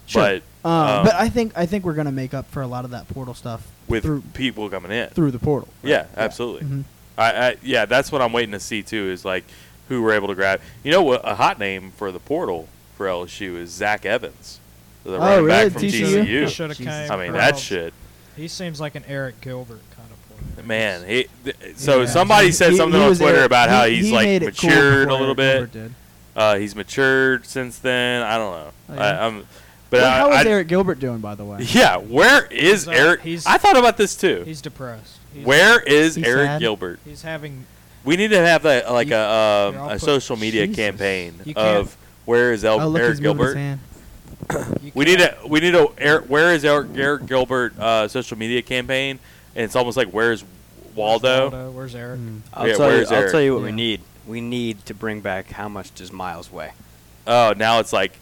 Sure. But um, um, but I think I think we're gonna make up for a lot of that portal stuff with through people coming in, through the portal. right? yeah, absolutely. Mhm. I, I yeah, that's what I'm waiting to see too. Is like who we're able to grab. You know what? A hot name for the portal for LSU is Zach Evans, the running Oh, really? back from TCU? He TCU. should have came. I mean from- that shit, He seems like an Eric Gilbert kind of player. man. He, th- so Yeah. somebody said He- something he on was Twitter Eric- about how he- he's he like made it cool matured a before little Eric Gilbert bit. did. Uh, he's matured since then. I don't know. Oh, yeah? I, I'm, but Well, I, how is I- Eric Gilbert doing, by the (laughs) way? Yeah, where is He's, uh, Eric? he's- I thought about this too. He's depressed. He's, Where is He's Eric sad. Gilbert? He's having. We need to have that like You- a here, um, I'll a put- social media Jesus. campaign You can't- of where is El- Oh, look, Eric he's moving his Gilbert? hand. you We need can't- a we need a Eric, where is Eric, Eric Gilbert uh, social media campaign? And it's almost like where's Where's Waldo? Where's Eric? Mm. I'll, Yeah, tell you, where's I'll Eric? tell you what we Yeah. need. We need to bring back how much does Miles weigh? Oh, now it's like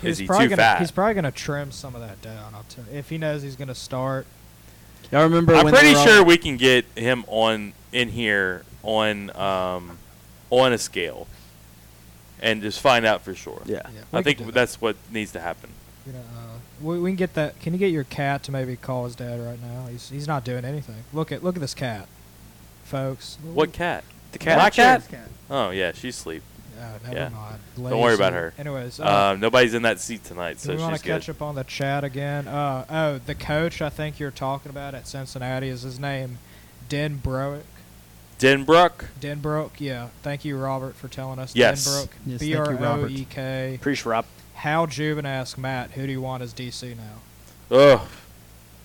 He's is he probably too gonna, fat? He's probably gonna trim some of that down. I'll tell if he knows he's gonna start. Y'all remember I'm when they pretty were all- sure we can get him on in here on um, on a scale and just find out for sure. Yeah. we I can think do that. that's what needs to happen. You know, uh, we, we can get that. Can you get your cat to maybe call his dad right now? He's he's not doing anything. Look at look at this cat, folks. What cat? The cat- My cat? Sure. Oh yeah, she's asleep. Oh, never Yeah. mind. Don't worry about Lazy. her. Anyways, uh, Um, nobody's in that seat tonight, do so we want she's to catch good. up on the chat again? Uh, oh, the coach I think you're talking about at Cincinnati is his name, Den Broek. Denbrook. Denbroek, yeah. Thank you, Robert, for telling us. Yes. Denbroek, Yes, thank B you, R Robert. O E K. Pretty sure. Rob- Hal Jubin asked Matt, "Who do you want as DC now?" Ugh.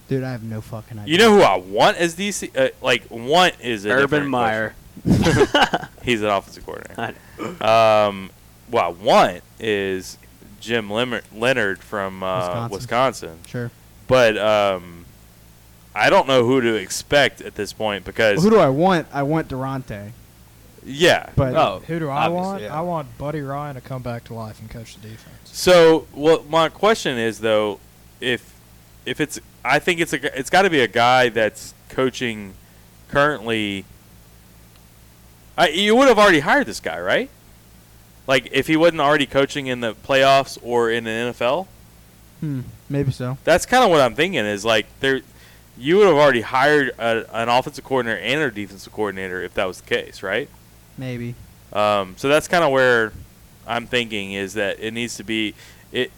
Dude, I have no fucking idea. You know who I want as DC? Uh, like want is a Urban different Meyer. question. He's an offensive (laughs) coordinator. I- Um, what I want is Jim Leonard, Leonard from uh, Wisconsin. Wisconsin. Sure. but um, I don't know who to expect at this point because Who do I want? I want Durante. yeah, But- Oh, Who do I obviously, want? yeah. I want Buddy Ryan to come back to life and coach the defense. So, well, my question is though, if if it's, I think it's a, g- it's got to be a guy that's coaching currently. I, you would have already hired this guy, right? Like, if he wasn't already coaching in the playoffs or in the NFL, Hmm. Maybe so. that's kind of what I'm thinking. Is like there, you would have already hired a, an offensive coordinator and a defensive coordinator if that was the case, right? Maybe. Um, so that's kind of where I'm thinking is that it needs to be it.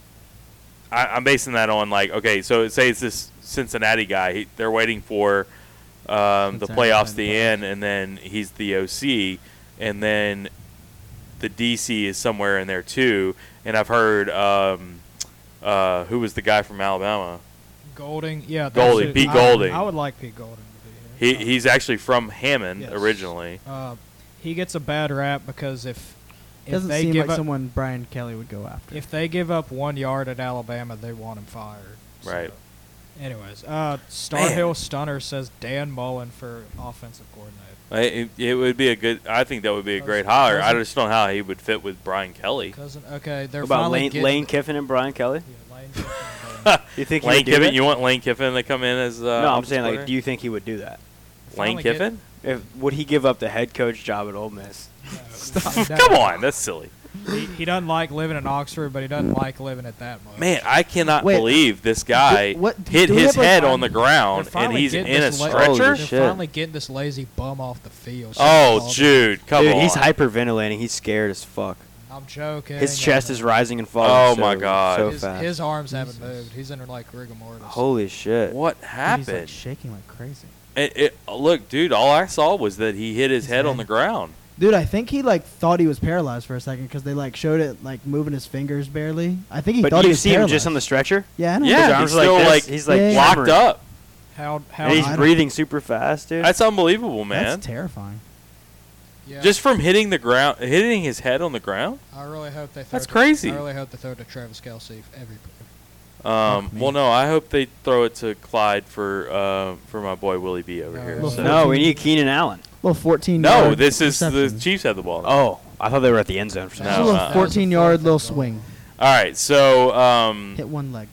I, I'm basing that on like okay, so say it's this Cincinnati guy. He, they're waiting for um, the Cincinnati playoffs playing to the end, and then he's the OC, and then the DC is somewhere in there too. And I've heard um, uh, who was the guy from Alabama? Golding, yeah. that's Golding, it. Pete I- Golding. I, would like Pete Golding to be He here. Uh, he's actually from Hammond Yes. originally. uh, he gets a bad rap because if if Doesn't they seem give like up someone Brian Kelly would go after. if they give up one yard at Alabama, they want him fired. So, Right. Anyways, uh, Star Hill Stunner says Dan Mullen for offensive coordinator. I- It, it would be a good. I think that would be a Cousin- great hire. I cousin- just don't know how he would fit with Brian Kelly. Cousin, okay, they're about finally Lane, getting- Lane Kiffin and Brian Kelly? Yeah, Lane (laughs) Kiffin, uh, You think he Lane would do Kiffin, that? you want Lane Kiffin to come in as? Uh, no, I'm offensive saying like, coordinator? do you think he would do that? Lane finally get- Kiffin? If would he give up the head coach job at Ole Miss? no, uh, he (laughs) Come doesn't. on, that's silly. He, he doesn't like living in Oxford, but he doesn't like living at that much. Man, I cannot Wait, believe this guy do- what- hit do we his have a head on time- the They're ground and finally he's in getting a this la- stretcher. They're shit. finally getting this lazy bum off the field. Oh, dude, come Dude, on. he's hyperventilating. He's scared as fuck. I'm joking. His chest is rising and falling. Oh so, my God. So his, fast. his arms haven't moved. He's in like rigor mortis. Holy shit! What Dude, he's, happened? like, shaking like crazy. it, it, look, dude, all I saw was that he hit his His head on head. the ground. Dude, I think he like thought he was paralyzed for a second because they like showed it like moving his fingers barely. I think he But thought he you was see him paralyzed. just on the stretcher? yeah, I know. Yeah, His he's arms are still, this. like, he's like Yeah. Locked shivering. up. How how and he's I- breathing super fast, dude. That's unbelievable, man. That's terrifying. yeah, Just from hitting the ground, hitting his head on the ground. I really hope they. Throw That's to- crazy. I really hope they throw to Travis Kelsey every. Um, Fuck me. well, no, I hope they throw it to Clyde for uh, for my boy Willie B over No, here. no. So- no, we need Keenan Allen. Little fourteen. No, yard this is the reception. Chiefs have the ball. Oh, I thought they were at the end zone for some No, Just a reason. little uh, that was a 14 yard little swing. All right, so um, Hit one leg.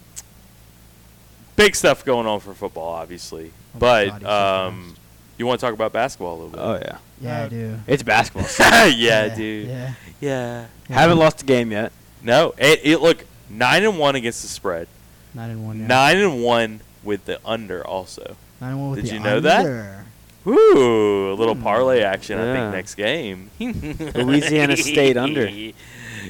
big stuff going on for football, obviously. Oh my God, But he's so um, fast. you want to talk about basketball a little bit? (laughs) Oh yeah, Yeah, I Uh, do. it's basketball. yeah, dude. Yeah. (laughs) Yeah. Haven't lost a game yet. No, it, it look nine and one against the spread. Nine and one. Yeah. Nine and one with the under also. Nine and one with Did the you know that? under. Woo, a little parlay action. I Yeah. think next game. Louisiana State (laughs) under. That's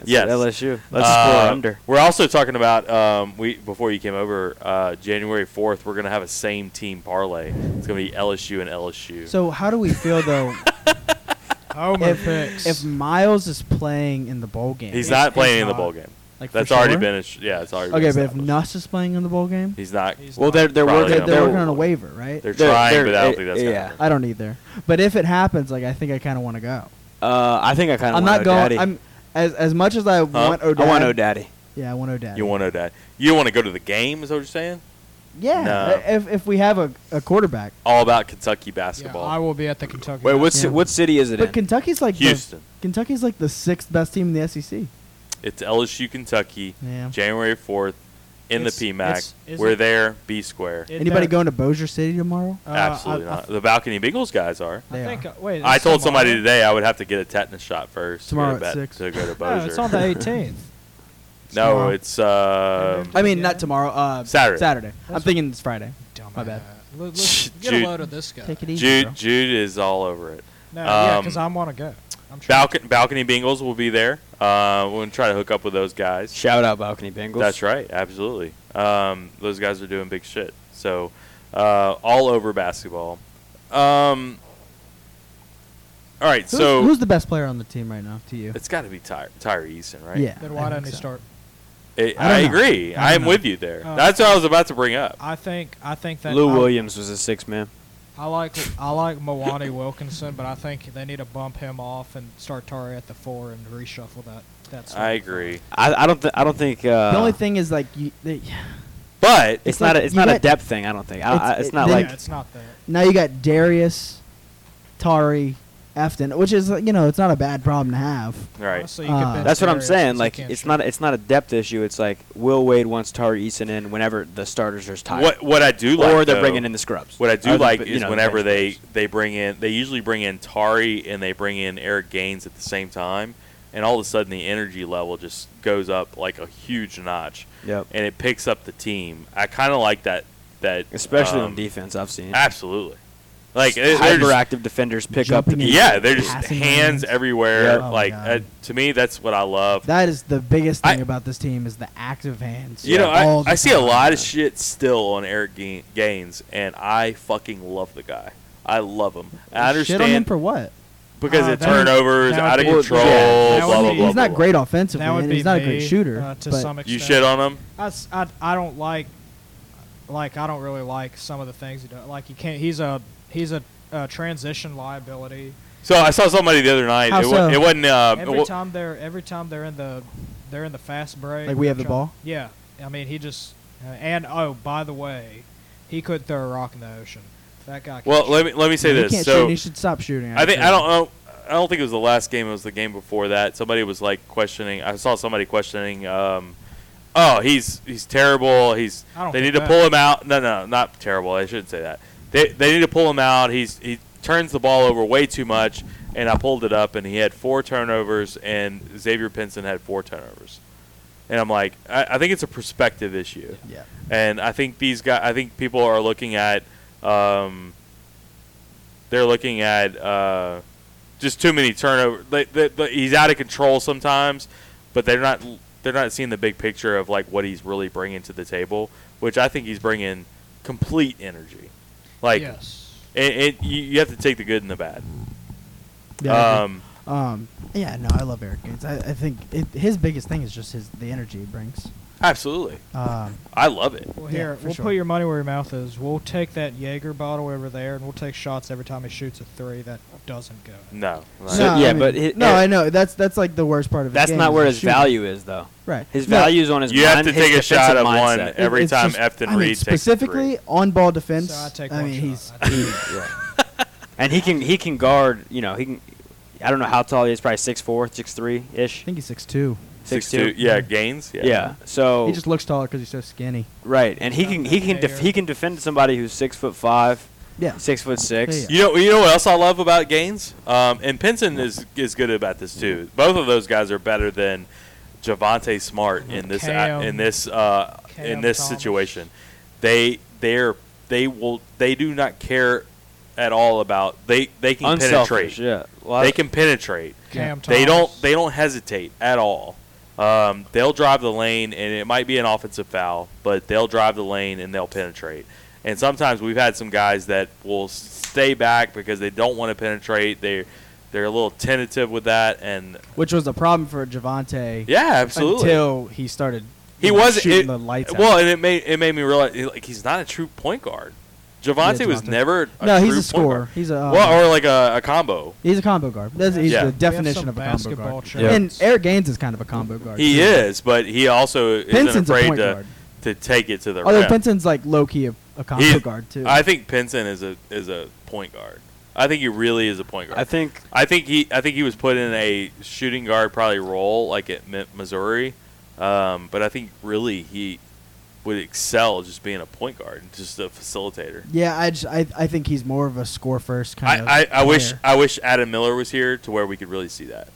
Yes. LSU. Let's Uh, score under. We're also talking about um, we before you came over uh, January fourth. We're gonna have a same team parlay. It's gonna be LSU and LSU. So how do we feel (laughs) though Homer if, picks. if Miles is playing in the bowl game? he's not He's playing in the not. bowl game. Like, for That's already sure? been. A yeah, it's already. Okay, been but if established. Nuss is playing in the bowl game, he's not. He's Well, they're they're Probably working. they're, not. they're they're- working on a waiver, right? They're, they're- trying, but I they're- don't think that's. yeah. Yeah. I don't either. But if it happens, like I think I kind of want to go. Uh, I think I kind of. I'm not going. I'm as as much as I want Odad. I want O'Daddy. Yeah, I want Odad. You want to die. You don't want to go to the game, is what you're saying? Yeah. uh, No. If if we have a, a quarterback, All about Kentucky yeah, basketball. I will be at the Kentucky. Wait, what? Derby. ci- Yeah. What city is it but in? Kentucky's like Houston. The, Kentucky's like the sixth best team in the E SEC. It's LSU, Kentucky, Yeah. January 4th in It's- the PMAC. it's- is We're it- there, B square. It Anybody does- going to Bossier City tomorrow? uh, Absolutely I, I not. the Balcony Beagles guys are. I They think, are. uh, wait, I it's told somebody tomorrow? today I would have to get a tetanus shot first. to go Tomorrow to at bat- six. To go to Bossier. No, Uh, it's on the (laughs) 18th. No, tomorrow. it's, uh, (laughs) I mean, not Yeah. tomorrow. Uh, Saturday. Saturday. I'm That's- thinking it's Friday. Dumbass. My bad. Let- let's get Jude- a load of this guy. Take it easy. Jude, bro. Jude is all over it. No, yeah, Um, because I want to go. I'm sure. Balcon- Balcony Bengals will be there. Uh, we're going to try to hook up with those guys. Shout out Balcony Bengals. That's right, absolutely. Um, those guys are doing big shit. So, uh, all over basketball. Um, all right, Who's, so who's the best player on the team right now to you? it's got to be Ty- Tyree Eason, right? Yeah. then I why think didn't he so. start? I, I don't I know. agree. I I, don't am know. Oh. with you there. Uh, That's what I was about to bring up. I think I think that Lou I, Williams was a six man. I like I like Milani Wilkinson, but I think they need to bump him off and start Tari at the four and reshuffle that. That's I agree, I, I don't. Th- I don't think. Uh, the only thing is like you, they, but It's, It's not. like a, it's you not a got- depth thing. I don't think. I, It's- I, it's it- not then- yeah, like. it's not that. now you got Darius, Tari, Efton, which is like, you know it's not a bad problem to have. right? Honestly, you Uh, could bench That's what I'm Darius saying. since he Like, can't it's shoot. not. It's not a depth issue. It's like Will Wade wants Tari Eason in whenever the starters are tired, What what I do like or they're though- bringing in the scrubs. What I do Or the- like but, is you know, the whenever bench they, players. they bring in, they usually bring in Tari and they bring in Eric Gaines at the same time, and all of a sudden the energy level just goes up like a huge notch, Yep. and it picks up the team. I kind of like that. That Especially on um, defense, I've seen. Absolutely, like they- they're just, hyperactive defenders pick up. The Jumping in. yeah, they're just Passing hands lanes. everywhere. Yeah. Oh, like God. uh, to me, that's what I love. That is the biggest I- thing about this team is the active hands. You know, all I, the I see a time. lot of shit still on Eric Ga- Gaines, and I fucking love the guy. I love him. I Shit on him understand for what? because Uh, of that would- turnovers, that would out of be- control, yeah, that would blah, blah, be- blah. He's not blah, great offensively, That would and be he's not a me, great shooter. uh, to but some blah. extent. You shit on him? I, s- I- I don't like like I don't really like some of the things he does. Like he can't. He's a he's a, uh transition liability. So I saw somebody the other night. How it, so? was, it wasn't. Um, it every wa- time they're every time they're in the they're in the fast break. Like we have the try- ball? Yeah, I mean he just and oh by the way, he could throw a rock in the ocean. That guy. Can well, let me let me say he this. can't So shoot. He should stop shooting. I think actually. I don't know. I don't think it was the last game. It was the game before that. Somebody was like questioning. I saw somebody questioning. Um, oh, he's he's terrible. He's I don't they need think to that- pull him out. No, no, not terrible. I shouldn't say that. They they need to pull him out. He's he turns the ball over way too much. And I pulled it up, and he had four turnovers, and Xavier Pinson had four turnovers. And I'm like, I, I think it's a perspective issue. Yeah. And I think these guys, I think people are looking at, um, they're looking at uh, just too many turnover. They, they, they, he's out of control sometimes, but they're not they're not seeing the big picture of like what he's really bringing to the table, which I think he's bringing complete energy. Like, yes. and, and you, you have to take the good and the bad. Yeah, I agree. um, Um, yeah, no, I love Eric Gaines. I, I think it, his biggest thing is just his the energy he brings. absolutely, Um, I love it. Well, Yeah, here for we'll sure. put your money where your mouth is. We'll take that Jaeger bottle over there, and we'll take shots every time he shoots a three that doesn't go. in. No, So- yeah, but it- no, it- I know that's that's like the worst part of. his That's game not is where his his shooting. value is, though. Right. His No, value is on his. you have mind, to his take a shot at defensive one mindset. It- every it's time just- Efton I mean, Reed takes a specifically three. on ball defense. So I take I (laughs) one (laughs) mean, shot. he's I take- And he can he can guard. You know he can I don't know how tall he is, probably 6'4", 6'3" I ish. think he's six two. 6'2", 6'2". yeah, Gaines, yeah. Yeah. Oh. So He just looks taller because he's so skinny. right, and he can he can def- Mayor. he can defend somebody who's six foot five, Yeah. six foot six. Yeah. You know, you know what else I love about Gaines, um, and Pinson is is good about this too. Both of those guys are better than Javante Smart in this Cam- in this uh, in Cam this Thomas. situation. They they're they will they do not care at all about they they can Unselfish, penetrate. yeah. A lot They of- can penetrate. Cam They don't Thomas. they don't hesitate at all. Um, they'll drive the lane, and it might be an offensive foul, but they'll drive the lane and they'll penetrate. And sometimes we've had some guys that will s- stay back because they don't want to penetrate. They they're a little tentative with that, and which was the problem for Javante yeah, absolutely. until he started. he you know, wasn't shooting it- the lights. Well, out. and it made it made me realize like he's not a true point guard. Javante was Javonte. never. A no, true he's a point scorer. guard. He's a uh, Well, or like a, a combo. he's a combo guard. That's, he's Yeah. the We have definition some of a combo basketball guard. traits. And Eric Gaines is kind of a combo guard. He too. is, but he also isn't Pinson's a afraid point to, guard. to take it to the Although rim. Penson's like low key a, a combo He- guard too. I think Pinson is a is a point guard. I think he really is a point guard. I think I think he I think he was put in a shooting guard probably role like at Mi- Missouri, um, but I think really he would excel just being a point guard, and just a facilitator. yeah, I, just, I I think he's more of a score first kind of. I, I, I wish player. I wish Adam Miller was here to where we could really see that.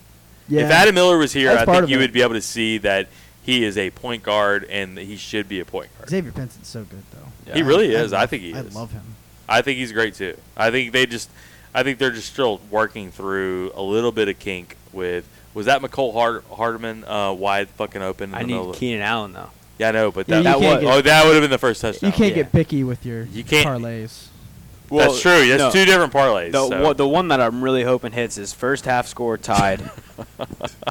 yeah. If Adam Miller was here, That's I part think of you it. would be able to see that he is a point guard and that he should be a point guard. Xavier Penson's so good though. He Yeah. really is. love- I think he is. I love him. I think he's great too. I think they just, I think they're just still working through a little bit of kink with. Was that McCole Hard- Hardeman uh, wide fucking open? In I the middle need of- Keenan Allen though. yeah, I know, but Yeah, that, you that can't was. get- Oh, that would have been the first touchdown. You can't yeah. get picky with your You can't- parlays. Well, That's true. That's no. two different parlays. The, so- one- the one that I'm really hoping hits is first half (laughs) score tied,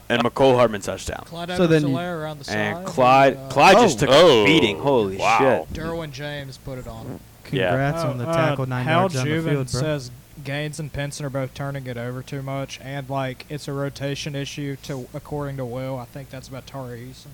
and McCole Hardman touchdown. Clyde So so then then you- around the side. And Clyde, and, uh, Clyde just took Oh. a beating. Holy Wow. shit! Derwin James put it on. Yeah. Congrats on the Oh, uh, tackle nine Hal yards down the Juvin field, bro. says Gaines and Pinson are both turning it over too much, and like it's a rotation issue. To according to Will, I think that's about Tari Eason.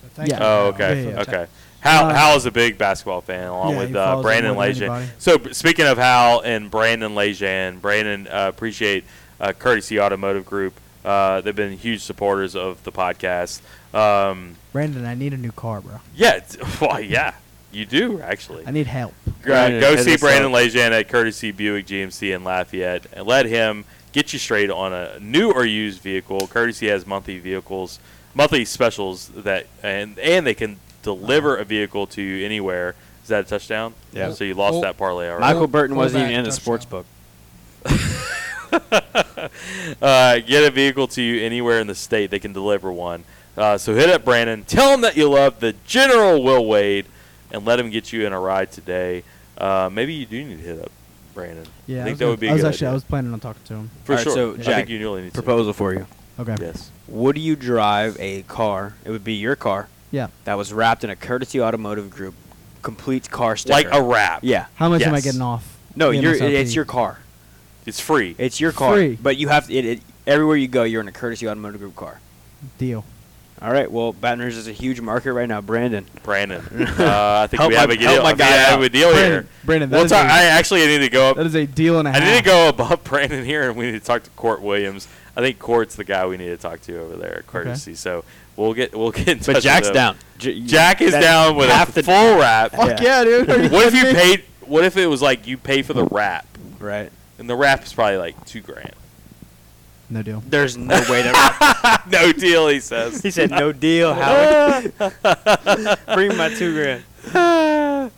So thank Yeah. you, Oh, Hal, okay, for the Yeah, yeah. tip. okay. Hal, Uh, Hal is a big basketball fan, along yeah, he with uh, follows it Brandon more than Lejean. anybody. So b- speaking of Hal and Brandon Lejean, Brandon uh, appreciate uh, Courtesy Automotive Group. Uh, they've been huge supporters of the podcast. Um, Brandon, I need a new car, bro. yeah, it's- (laughs) well, yeah, you do actually. I need help. Uh, Brandon, go hit see us Brandon up. Lejean at Courtesy Buick GMC in Lafayette and let him get you straight on a new or used vehicle. Courtesy has monthly vehicles, monthly specials that, and and they can deliver a vehicle to you anywhere. Is that a touchdown? Yeah. So you lost Oh. that parlay already. Michael Burton wasn't Fullback even in the touchdown. sports book. uh, get a vehicle to you anywhere in the state. They can deliver one. Uh, so hit up Brandon. Tell him that you love the General Will Wade, and let him get you in a ride today. Uh, maybe you do need to hit up Brandon. Yeah, I I think was that gonna- would be. a I was good actually I idea. was planning on talking to him. for All right, sure. so, I Jack, think you really need Proposal for you. Okay. To. Yes. Would you drive a car? It would be your car Yeah. that was wrapped in a courtesy automotive group complete car sticker. Like a wrap. yeah. How much am I Yes. getting off? No, you're, MSRP? it's your car. It's free. It's your car. Free. But you have it, it everywhere you go. You're in a courtesy automotive group car. deal. All right. Well, Baton Rouge is a huge market right now. Brandon, (laughs) Brandon. Uh, I think Help we my- have a deal. help my I think guy I have out. a deal here. Brandon, Brandon that We'll is talk- a- I actually need to go up. that is a deal and a I Uh-huh. half. need to go above (laughs) Brandon here, and we need to talk to Court Williams. I think Court's the guy we need to talk to over there at Courtesy. So we'll get we'll get in touch. but with Jack's him. down. J- Jack is that- down with half a the- full (laughs) wrap. Fuck yeah, dude. Are you (laughs) What if you kidding me? paid? What if it was like you pay for the wrap, Right. and the wrap is probably like two grand? (laughs) No deal. There's no way that no deal, he says. he said no deal. Howard. (laughs) Bring my two grand. Um,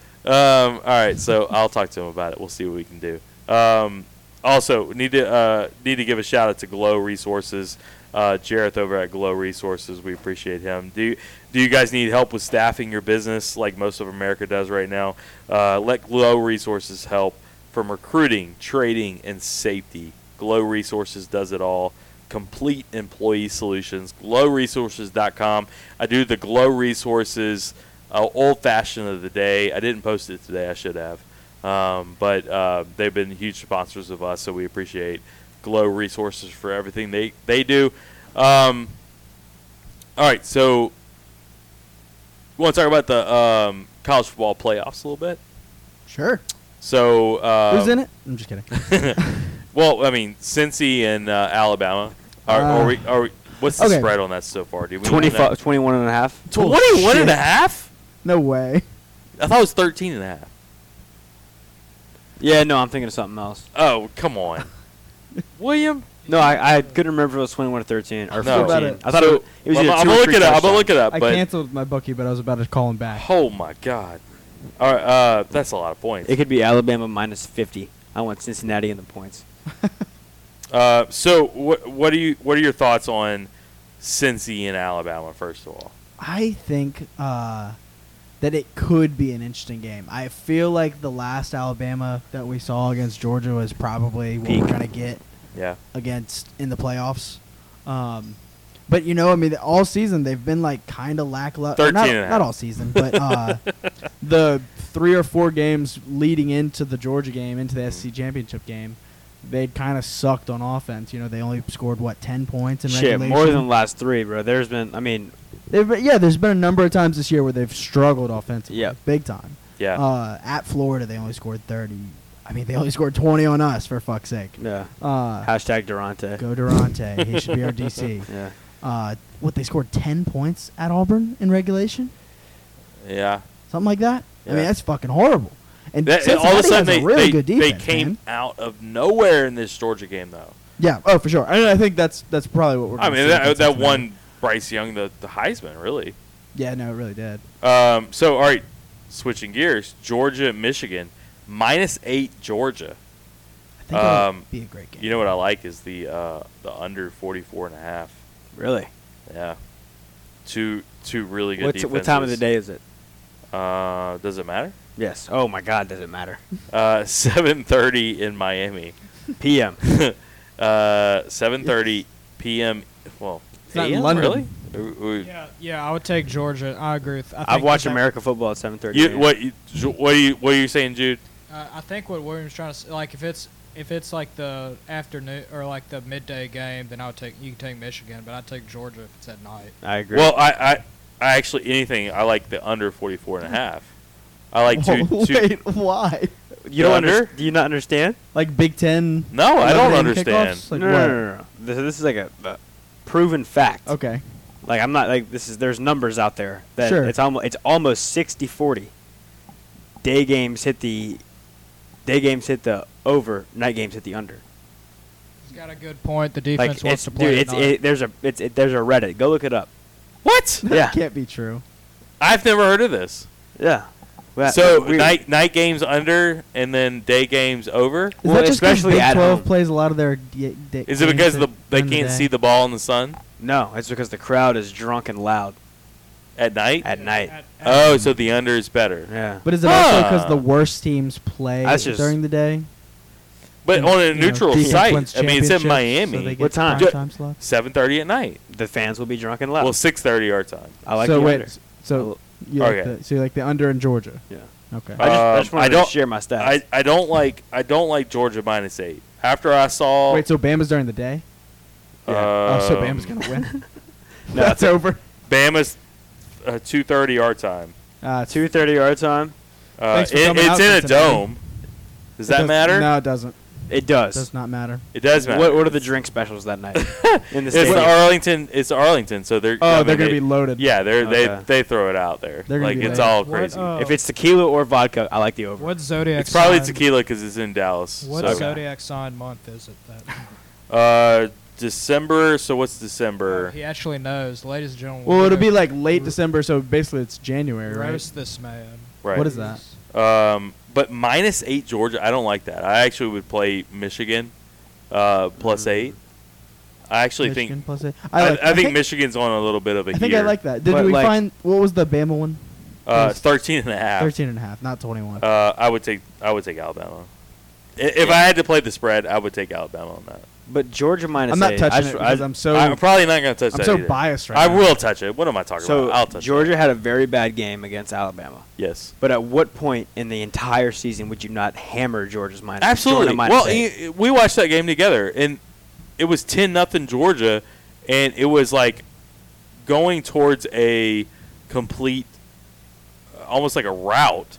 all right, so I'll talk to him about it. We'll see what we can do. Um, also, need to uh, need to give a shout out to Glow Resources, uh, Jareth over at Glow Resources. We appreciate him. Do you, do you guys need help with staffing your business like most of America does right now? Uh, let Glow Resources help from recruiting, trading, and safety. Glow Resources does it all. Complete employee solutions. GlowResources.com. I do the Glow Resources uh, old fashioned of the day. I didn't post it today. I should have. Um, but uh, they've been huge sponsors of us, so we appreciate Glow Resources for everything they they do. Um, all right, so want to talk about the um, college football playoffs a little bit? Sure. So um, (laughs) Who's in it? I'm just kidding. Well, I mean, Cincy and uh, Alabama. Are, are Uh, we? Are we? What's the okay. spread on that so far? Do we 25, 21 and a half. 21 and a Bullshit. half? No way. I thought it was 13 and a half. Yeah, no, I'm thinking of something else. Oh, (laughs) come on. William? No, I, I couldn't remember if it was 21 or 13 or No. 14. About I thought So, it, it was I'm, either I'm two gonna or look three it up. I'm gonna touchdowns. look it up. I Uh, but canceled my bookie, but I was about to call him back. oh my god. All right, uh, that's a lot of points. It could be Alabama minus 50. I want Cincinnati in the points. Uh, so what what do you what are your thoughts on Cincy and Alabama first of all? I think uh, that it could be an interesting game. I feel like the last Alabama that we saw against Georgia was probably what we're Peak. going to get Yeah. against in the playoffs. Um, but you know, I mean, all season they've been like kind of lackluster. 13 Not, and a half. not all season, but (laughs) uh, The three or four games leading into the Georgia game, into E the Mm-hmm. SC championship game, they'd kind of sucked on offense. You know, they only scored what ten points in Shit, regulation. more than the last three, bro. There's been, I mean, They've been- yeah, there's been a number of times this year where they've struggled offensively, Yeah. big time. Yeah. Uh, at Florida, they only scored thirty. I mean, they only scored twenty on us for fuck's sake. yeah. Uh, Hashtag Durante. go Durante. he should be our (laughs) DC. Yeah. Uh, what they scored ten points at Auburn in regulation, yeah. something like that. I Yeah. mean, that's fucking horrible. And That- and Cincinnati all of a sudden has they a really they, good they defense, came man. out of nowhere in this Georgia game though. Yeah. Oh, for sure. I, I think that's that's probably what we're. I gonna mean see that against that Cincinnati. won Bryce Young the, the Heisman really. Yeah, no, it really did. Um, so all right, switching gears, Georgia Michigan minus eight Georgia. I think that um, would be a great game. You know what I like is the uh, the under 44 and a half. Really? Yeah. Two two really good What, t- defenses. what time of the day is it? Uh, does it matter? Yes. Oh, my God, does it matter? Uh, (laughs) 7:30 in Miami. (laughs) PM. Uh, 7:30 p.m. Well, (laughs) It's not in AM, London. really? Ooh, ooh. Yeah, yeah, I would take Georgia. I agree. With, I think I've watched that- America football at 7:30. You, man. what you, Ju- what are you what are you saying, Jude? Uh, I think what William's trying to s like if it's if it's like the afternoon or like the midday game, then I would take you can take Michigan, but I'd take Georgia if it's at night. I agree. Well, I, I I actually anything I like the under 44 and a half. (laughs) I like two, Whoa, two wait, why? you don't Thunder? under? Do you not understand? Like Big Ten. No, I don't 11 a.m. understand. kickoffs? Like no, no, what? no, no, no. This, this is like a, a proven fact. Okay. Like I'm not like this is there's numbers out there that Sure. it's almost it's almost 60-40. Day games hit the day games hit the over, night games hit the under. He's got a good point. The Like defense it's wants to play. dude, it's at night. it, there's a it's it, there's a Reddit. Go look it up. What? (laughs) Yeah. Can't be true. I've never heard of this. Yeah. Well, so we- night night games under and then day games over. Is Well, that just 'cause especially Big at 12 home. plays a lot of their? D- d- Is it games because the, that- they during the can't day? see the ball in the sun No, it's because the crowd is drunk and loud at night? at night. oh, so the under is better. yeah. But is it also because Huh. the worst teams play That's just- during the day? But on a neutral defense site, wins I mean, it's in championships, Miami. So they get What time? prime time slots? Seven thirty at night. the fans will be drunk and loud. Well, six thirty our time. I like so the wait, under. s- so you Oh, Okay. like the, so you like the under in Georgia? Yeah. Okay. I just, I just Um, I wanted don't- to share my stats. I, I don't like I don't like Georgia minus eight. After I saw Wait, so Bama's during the day? um, oh, so Bama's gonna win. (laughs) (laughs) No, that's over. Bama's uh, two thirty our time. Uh, Two thirty our time. Uh, Thanks for it- coming it's out, in a Cincinnati. dome. Does that matter? No, it doesn't. It does. Does not matter. It does matter. What, what are the drink specials that (laughs) night in the it's stadium? Arlington. It's Arlington, so they're. Oh, I mean, they're gonna they- be loaded. Yeah, they're, Okay. they they throw it out there. They're gonna like be Oh, it's loaded. all What, crazy. uh, if it's tequila or vodka, I like the over. what zodiac? it's probably sign, tequila because it's in Dallas. What so- zodiac sign month is it? (laughs) That Uh, December. So what's December? he actually knows, ladies and gentlemen. Well, we're it'll be gonna like late December, so basically it's January, right? roast this man. Right. What is that? Um, but minus eight Georgia, I don't like that. I actually would play Michigan uh, plus eight. I actually Mm. Michigan think plus eight. I, like- I, think think- Michigan's on a little bit of a I think heater. I like that. Did But, we like- find what was the Bama one? uh, those- 13 and a half. 13 and a half, not 21. Uh, I would take I would take Alabama. I- If I had to play the spread, I would take Alabama on that. But Georgia minus I'm not eight. touching I it just- because I- I'm so I'm probably not going to touch I'm that. so either. biased right I now. will touch it. What am I talking so about? I'll touch Georgia It. had a very bad game against Alabama. Yes. But at what point in the entire season would you not hammer Georgia's minus? Absolutely. Georgia minus Well, eight? y- we watched that game together, and it was ten nothing Georgia, and it was like going towards a complete, almost like a rout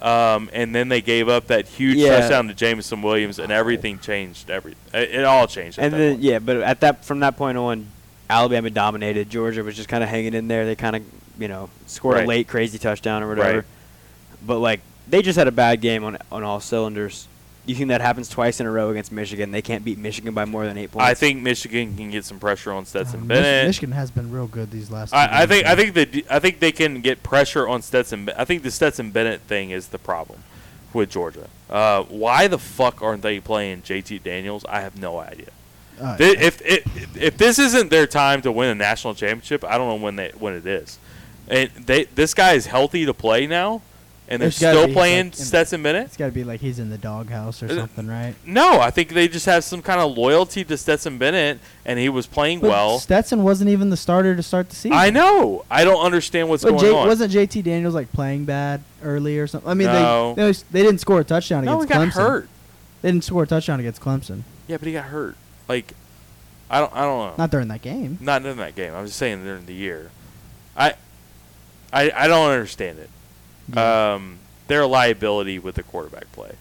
Um, and then they gave up that huge Yeah. Oh. touchdown to Jameson Williams, and everything changed. Every it, it all changed. at And that then point. yeah, but at that from that point on, Alabama dominated. Georgia was just kind of hanging in there. They kind of you know scored Right. a late crazy touchdown or whatever. Right. But like they just had a bad game on on all cylinders. You think that happens twice in a row against Michigan? They can't beat Michigan by more than eight points. Um, I think Michigan can get some pressure on Stetson Uh, Mich- Bennett. Michigan has been real good these last. two I, I games, think though. I think the d- I think they can get pressure on Stetson. Ben- I think the Stetson Bennett thing is the problem with Georgia. Uh, why the fuck aren't they playing JT Daniels? I have no idea. Uh, Th- if, if if this isn't their time to win a national championship, I don't know when they when it is. And they this guy is healthy to play now, and they're It's gotta still be, playing like, in- Stetson Bennett. it's got to be like he's in the doghouse or Uh, something, right? No, I think they just have some kind of loyalty to Stetson Bennett, and he was playing But well. Stetson wasn't even the starter to start the season. I know. I don't understand what's But going J- on. wasn't JT Daniels like playing bad early or something? I mean, No. they, they was- they didn't score a touchdown no, he against got Clemson. hurt. They didn't score a touchdown against Clemson. Yeah, but he got hurt. Like, I don't, I don't know. Not during that game. Not, in that game. I'm just saying during the year. I, I, I don't understand it. Um, their liability with the quarterback play.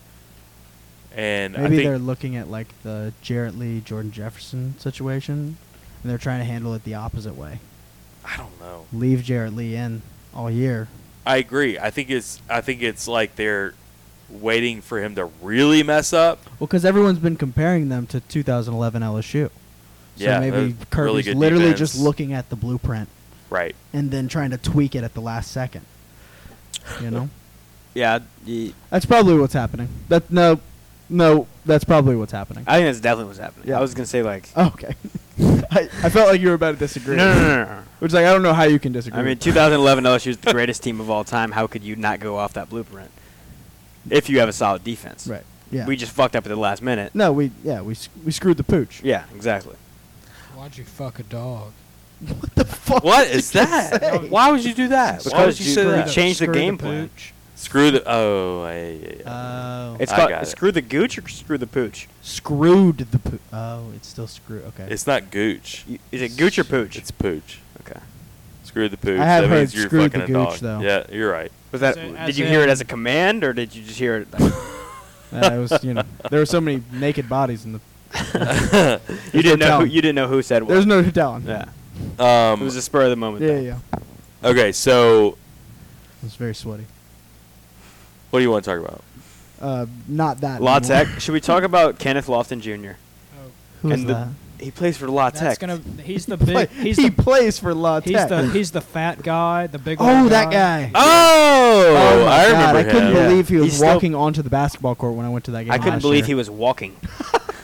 And I Maybe think they're looking at like the Jarrett Lee, Jordan Jefferson situation, and they're trying to handle it the opposite way. I don't know. Leave Jarrett Lee in all year. I agree. I think it's, I think it's like they're waiting for him to really mess up. Well, because everyone's been comparing them to 2011 LSU. So Yeah, maybe that's Kirby's really good literally defense. just looking at the blueprint Right. and then trying to tweak it at the last second. You know, yeah, y- that's probably what's happening. That no, no, that's probably what's happening. I think that's definitely what's happening. Yeah. I was gonna say like Oh, (laughs) okay, (laughs) I, I felt like you were about to disagree. no, no, no, no, no. Which like I don't know how you can disagree. I mean, 2011 LSU is the greatest team of all time. How could you not go off that blueprint? If you have a solid defense, right. Yeah. We just fucked up at the last minute. no, we yeah we s- we screwed the pooch. Yeah, exactly. Why'd you fuck a dog? What the fuck? (laughs) What is that? Why would you do that? Why would Because you you- say we that? changed change the Screw game plan. pooch. Screw the. Oh, yeah, yeah, yeah. Oh, It's I called got it. screw the gooch or screw the pooch. screwed the pooch. Oh, it's still screw. Okay. It's not Gooch. You- Is it gooch or pooch? It's Pooch. okay. Screw the pooch. I have that means heard you're screw fucking the a dog. gooch, though. Yeah, you're right. Was that? So, did as you hear it in- as a command or did you just hear it? Like, Uh, it was you (laughs) know there were so many naked bodies (laughs) in the. you didn't know. Who, telling. you didn't know who said what. There's no telling. yeah. It Um, was a spur of the moment. Yeah, thing. yeah. okay, so it was very sweaty. what do you want to talk about? Uh, not that. La anymore. (laughs) Tech. Should we talk about (laughs) Kenneth Lofton Jr.? Oh, Who's And the- that? He plays for La that's Tech. gonna. (laughs) He's the Play- big. He's he the. plays for La Tech. (laughs) He's the. He's the fat guy. The big. oh, white that guy. Oh, Oh my God, I remember I couldn't him. Yeah. believe he was He's still- walking onto the basketball court when I went to that game. I couldn't last believe he year. was walking.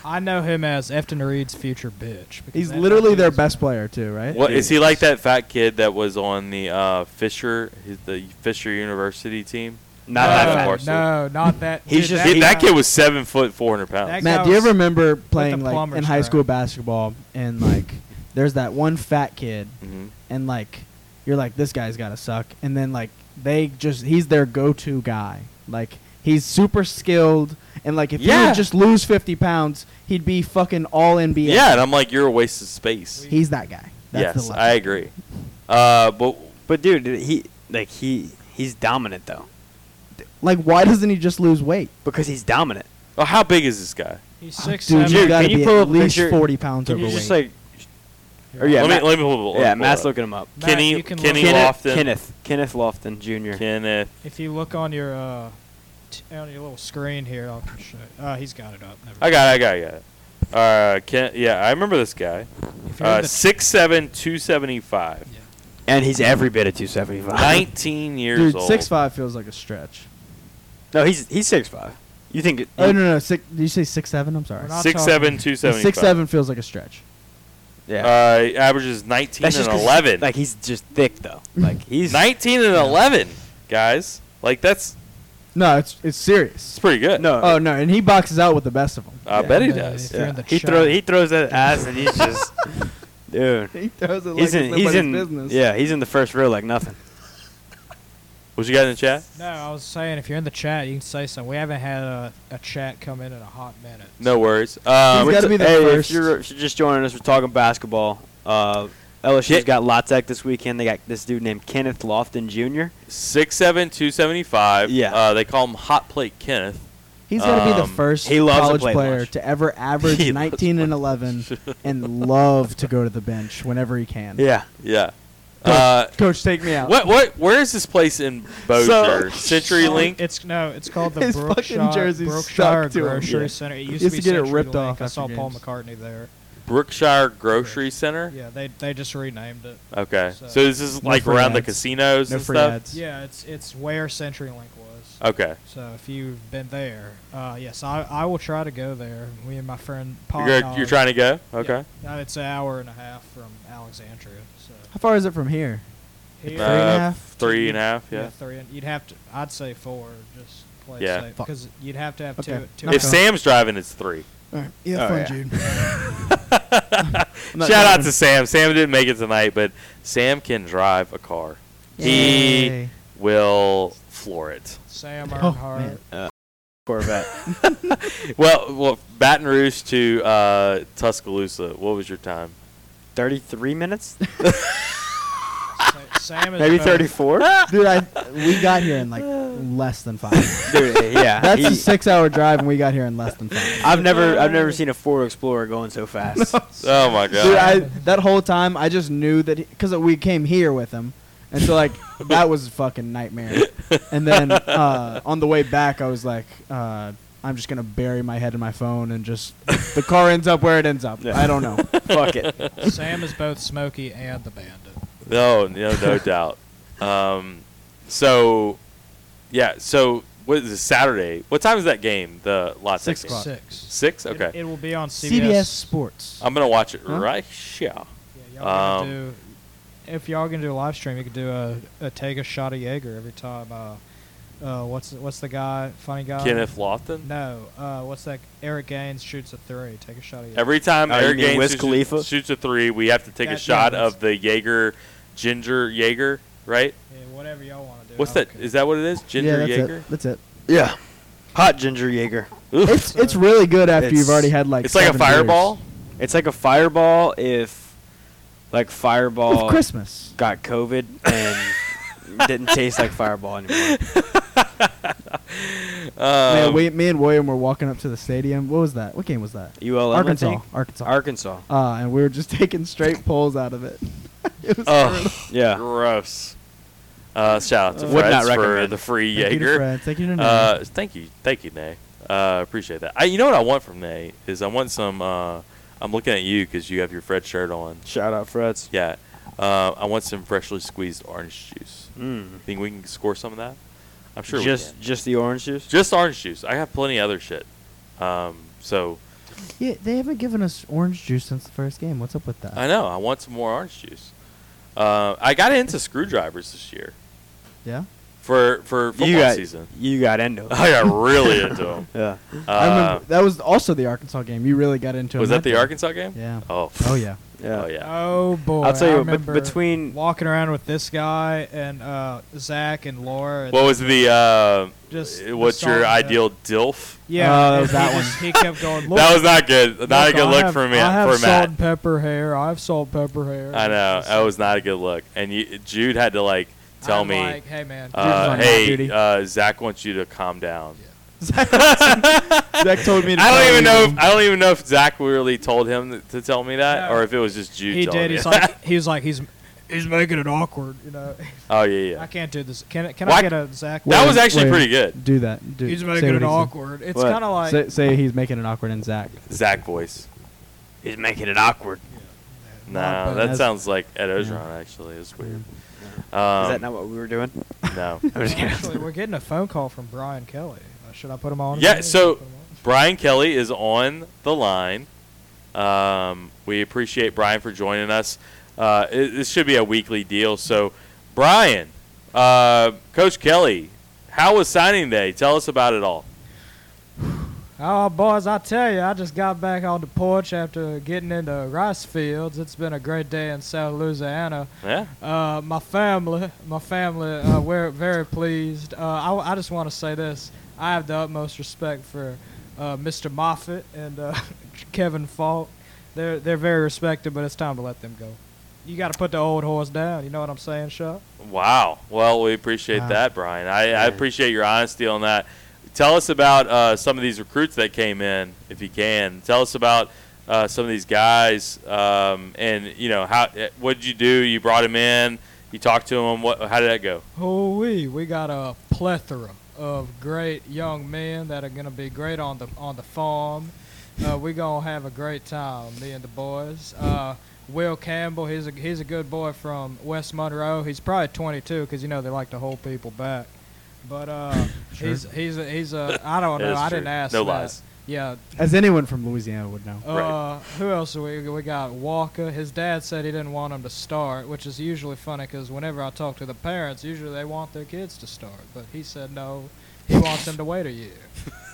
I know him as Efton Reed's future bitch. because He's that literally dude their is- best player too, right? What is he like? That fat kid that was on the uh, Fisher, his, the Fisher University team. Not no, Uh, that far. No, not that. He's dude, just- that, Kid- that guy- kid was seven foot, four hundred pounds. That Matt, guy do you was ever remember the playing like plumber's in high crap. school basketball and like there's that one fat kid Mhm. and like you're like this guy's gotta suck and then like they just he's their go-to guy like he's super skilled and like if he Yeah. would just lose 50 pounds he'd be fucking all nba Yeah. and I'm like, you're a waste of space. he's that guy that's yes, the I, I agree. Uh, but But dude, he like he he's dominant though like why doesn't he just lose weight because he's dominant. well, oh, how big is this guy? He's Oh, six dude seven. you Dude, gotta can you be pull at up a least picture? 40 pounds Can you overweight just like? Or Oh, yeah, let Matt, me let me pull, yeah, pull it Matt's up. looking him up. Matt, Kenny- you can Kenny look, Law- Kenneth, Lofton. Kenneth, Kenneth Lofton Jr. Kenneth. If you look on your uh, t- on your little screen here, I'll can show. You. Uh, he's got it up. Never I got it. I got it. I got it. Uh, Ken, yeah, I remember this guy. mind. If you're Uh, the- 6'7", 275. and he's every bit of 275. 19 years dude old. 6'5 feels like a stretch No, he's he's six five. You think? It, oh no no six, did you say 6'7 i'm sorry We're not Six talking- seven two seventy five. 6'7 feels like a stretch Yeah. Uh, averages 19 That's just and 'cause he's- 11. Like he's just thick though. Like he's 19 and 11, guys. Like that's no it's it's serious it's pretty good. no. oh no and he boxes out with the best of them I yeah. bet he uh, Yeah, does. if you're in the he chat. throws he throws that ass and he's just dude. (laughs) he does it He's like in it's he's nobody's in business yeah he's in the first row like nothing. What you got in the chat? No, I was saying if you're in the chat, you can say something. We haven't had a, a chat come in in a hot minute. No worries. Um, He's We're gotta t- be the hey, first. If you're, if you're just joining us, we're talking basketball. Uh, LSU's Shit. got LaTeX this weekend. They got this dude named Kenneth Lofton Jr. Six seven two seventy five. Yeah. Uh, they call him Hot Plate Kenneth. He's got to be the Um, first he loves to college play player much. to (laughs) ever average He loves 19 and 11 and love to go to the bench whenever he can. Yeah. Yeah. Uh, Coach, take me out. what what? Where is this place in Bossier? Century Link. It's no, it's called (laughs) the His fucking Brookshire, jersey Brookshire stuck to him. Grocery Yeah. Center. It used used, to be to get it Century ripped Link. off I after saw Paul games. (laughs) McCartney there. Brookshire Grocery Center. Yeah, they they just renamed it. Okay. So, So- this is No like free around the ads. casinos No and free stuff. ads. Yeah, it's it's where CenturyLink was. Okay. So if you've been there, uh, yes, I, I will try to go there. Me and my friend Paul. Uh, You're, you're trying to go. Okay. it's an hour and a half from Alexandria. So How far is it from here? here, Three and a Uh, half? Three and a half. yeah, Yeah. three. And you'd have to. I'd say four. Just play Yeah. safe Fuck. because you'd have to have Okay. two. two Not If Okay. Sam's driving, it's (laughs) three. All right. Yeah, Oh, fun, yeah. Jude. Shout out to Sam. Sam didn't make it tonight, but Sam can drive a car. He Yay. will floor it. Sam Oh, Earnhardt. man. Corvette. Well, well, Baton Rouge to uh, Tuscaloosa. What was your time? 33 minutes? Sa- Sam is Maybe both- 34? Dude, I, we got here in like less than (laughs) five. Dude, yeah. That's He- a six-hour drive, and we got here in less than five. I've never I've never seen a Ford Explorer going so fast. Oh my god! Dude, I, that whole time I just knew that because we came here with him, and so (laughs) like that was a fucking nightmare. And then uh, on the way back, I was like, uh, I'm just gonna bury my head in my phone and just the car ends up where it ends up. Yeah. I don't (laughs) know. Fuck it. (laughs) Sam is both Smokey and the Bandit. no, no, no doubt. Um, so, yeah. So, what is this Saturday? What time is that game? The lot Six game? o'clock. Six. Six. It- Okay. It, will be on CBS. CBS Sports. I'm gonna watch it Huh? right. Yeah. Yeah, y'all Um, gonna do, if y'all gonna do a live stream, you could do a, a take a shot of Jaeger every time. Uh, uh, what's what's the guy? Funny Uh, guy. Kenneth Lofton. No. Uh, what's that? Eric Gaines shoots a three. Take a shot of Jaeger. Every time Oh, you Eric mean Gaines Wiz shoots, Khalifa? shoots a three, we have to take a That- shot yeah, of the Jaeger Ginger Jaeger, right? Yeah, whatever y'all want to do. What's I that? don't Is care. that what it is? yeah, Ginger that's Jaeger? it. That's it. Yeah. Hot ginger Jaeger. It's it's really good after It's- you've already had like. it's like seven a beers. fireball. It's like a fireball if like fireball Oh. With Christmas. got COVID (laughs) and didn't taste like fireball anymore. Man, Um, we, me and William were walking up to the stadium. What was that? What game was that? ULM I Arkansas. think? Arkansas. Arkansas. uh, and we were just (laughs) taking straight pulls out of it. (laughs) it was Ugh, Yeah. gross. Uh, shout out to Would not Freds for recommend. the free Thank you to (laughs) Jaeger. Fred. Thank you to Nate. Uh, thank you, thank you, Nay. Uh, appreciate that. I, you know what I want from Nay is I want some. Uh, I'm looking at you because you have your Fred shirt on. Shout out Freds. Yeah, uh, I want some freshly squeezed orange juice. Mm. Think we can score some of that? I'm sure. just we can. just the orange juice. just orange juice. I have plenty of other shit. Um, so yeah, they haven't given us orange juice since the first game. What's up with that? I know I want some more orange juice. Uh, I got into screwdrivers this year yeah, for for football you got season. Oh, you got into. it. I got really into them. yeah. Uh, (laughs) I remember that was also the Arkansas game. You really got into it. was that the game. Arkansas game? Yeah. Oh. (laughs) Oh yeah. Yeah. Oh yeah. Oh boy! I'll tell I you, but remember between walking around with this guy and uh, Zach and Laura. and What was the uh, Just uh, the what's song your that- ideal dilf? Yeah, uh, Oh, that and was that he just- he kept going. Look, (laughs) that was not good. Not a good I look have- for me I have for salt Matt. and pepper hair. I have salt and pepper hair. I know It's just- that was not a good look, and you, Jude had to like tell I'm me, like, hey man, was uh, on "Hey, duty. uh, Zach wants you to calm down." (laughs) Zach told (laughs) me. To I tell don't even you. know. If, I don't even know if Zach really told him th- to tell me that, No. or if it was just Jude. he telling did. me. He's like, he's like, he's he's making it awkward. You know, (laughs) (laughs) "Oh yeah, I yeah." can't do this. Can I- can Why- I get a Zach? That Wait, was actually wait. pretty good. Do that. Do, he's say making what he it said. awkward. It's What? kind of like Say, say he's making it awkward and Zach. Zach voice. He's making it awkward. No, but that that's- sounds like Ed Ogeron. Actually, it's weird. Um, Is that not what we (laughs) were doing? (laughs) no? I'm just kidding. actually, we're getting a phone call from Brian Kelly. Uh, Should I put him on? Yeah, again? so- Brian Kelly is on the line. Um, we appreciate Brian for joining us. Uh, it, this should be a weekly deal. So, Brian, uh, Coach Kelly, how was signing day? Tell us about it all. Oh, boys, I tell you, I just got back on the porch after getting into rice fields. It's been a great day in South Louisiana. Yeah. Uh, my family, my family, uh, we're very pleased. Uh, I, I just want to say this: I have the utmost respect for uh, Mr. (laughs) Moffitt and uh, Kevin Falk. They're they're very respected, but it's time to let them go. you got to put the old horse down. You know what I'm saying, Chuck? Wow. Well, we appreciate Wow. that, Brian. I, I Yeah. appreciate your honesty on that. Tell us about uh, some of these recruits that came in, if you can. Tell us about uh, some of these guys, um, and you know how. eh, What did you do? You brought him in. You talked to him. What? How did that go? Holy, we got a plethora of great young men that are gonna be great on the on the farm. Uh, we gonna have a great time, me and the boys. Uh, Will Campbell, he's a he's a good boy from West Monroe. He's probably 22 because you know they like to hold people back. But uh, he's he's a, he's a I don't That know. is I true. didn't ask. No that. lies. Yeah, As anyone from Louisiana would know. Oh. uh, Right. Who else? do We we got Walker. His dad said he didn't want him to start, which is usually funny because whenever I talk to the parents, usually they want their kids to start, but he said no. He wants them to wait a year.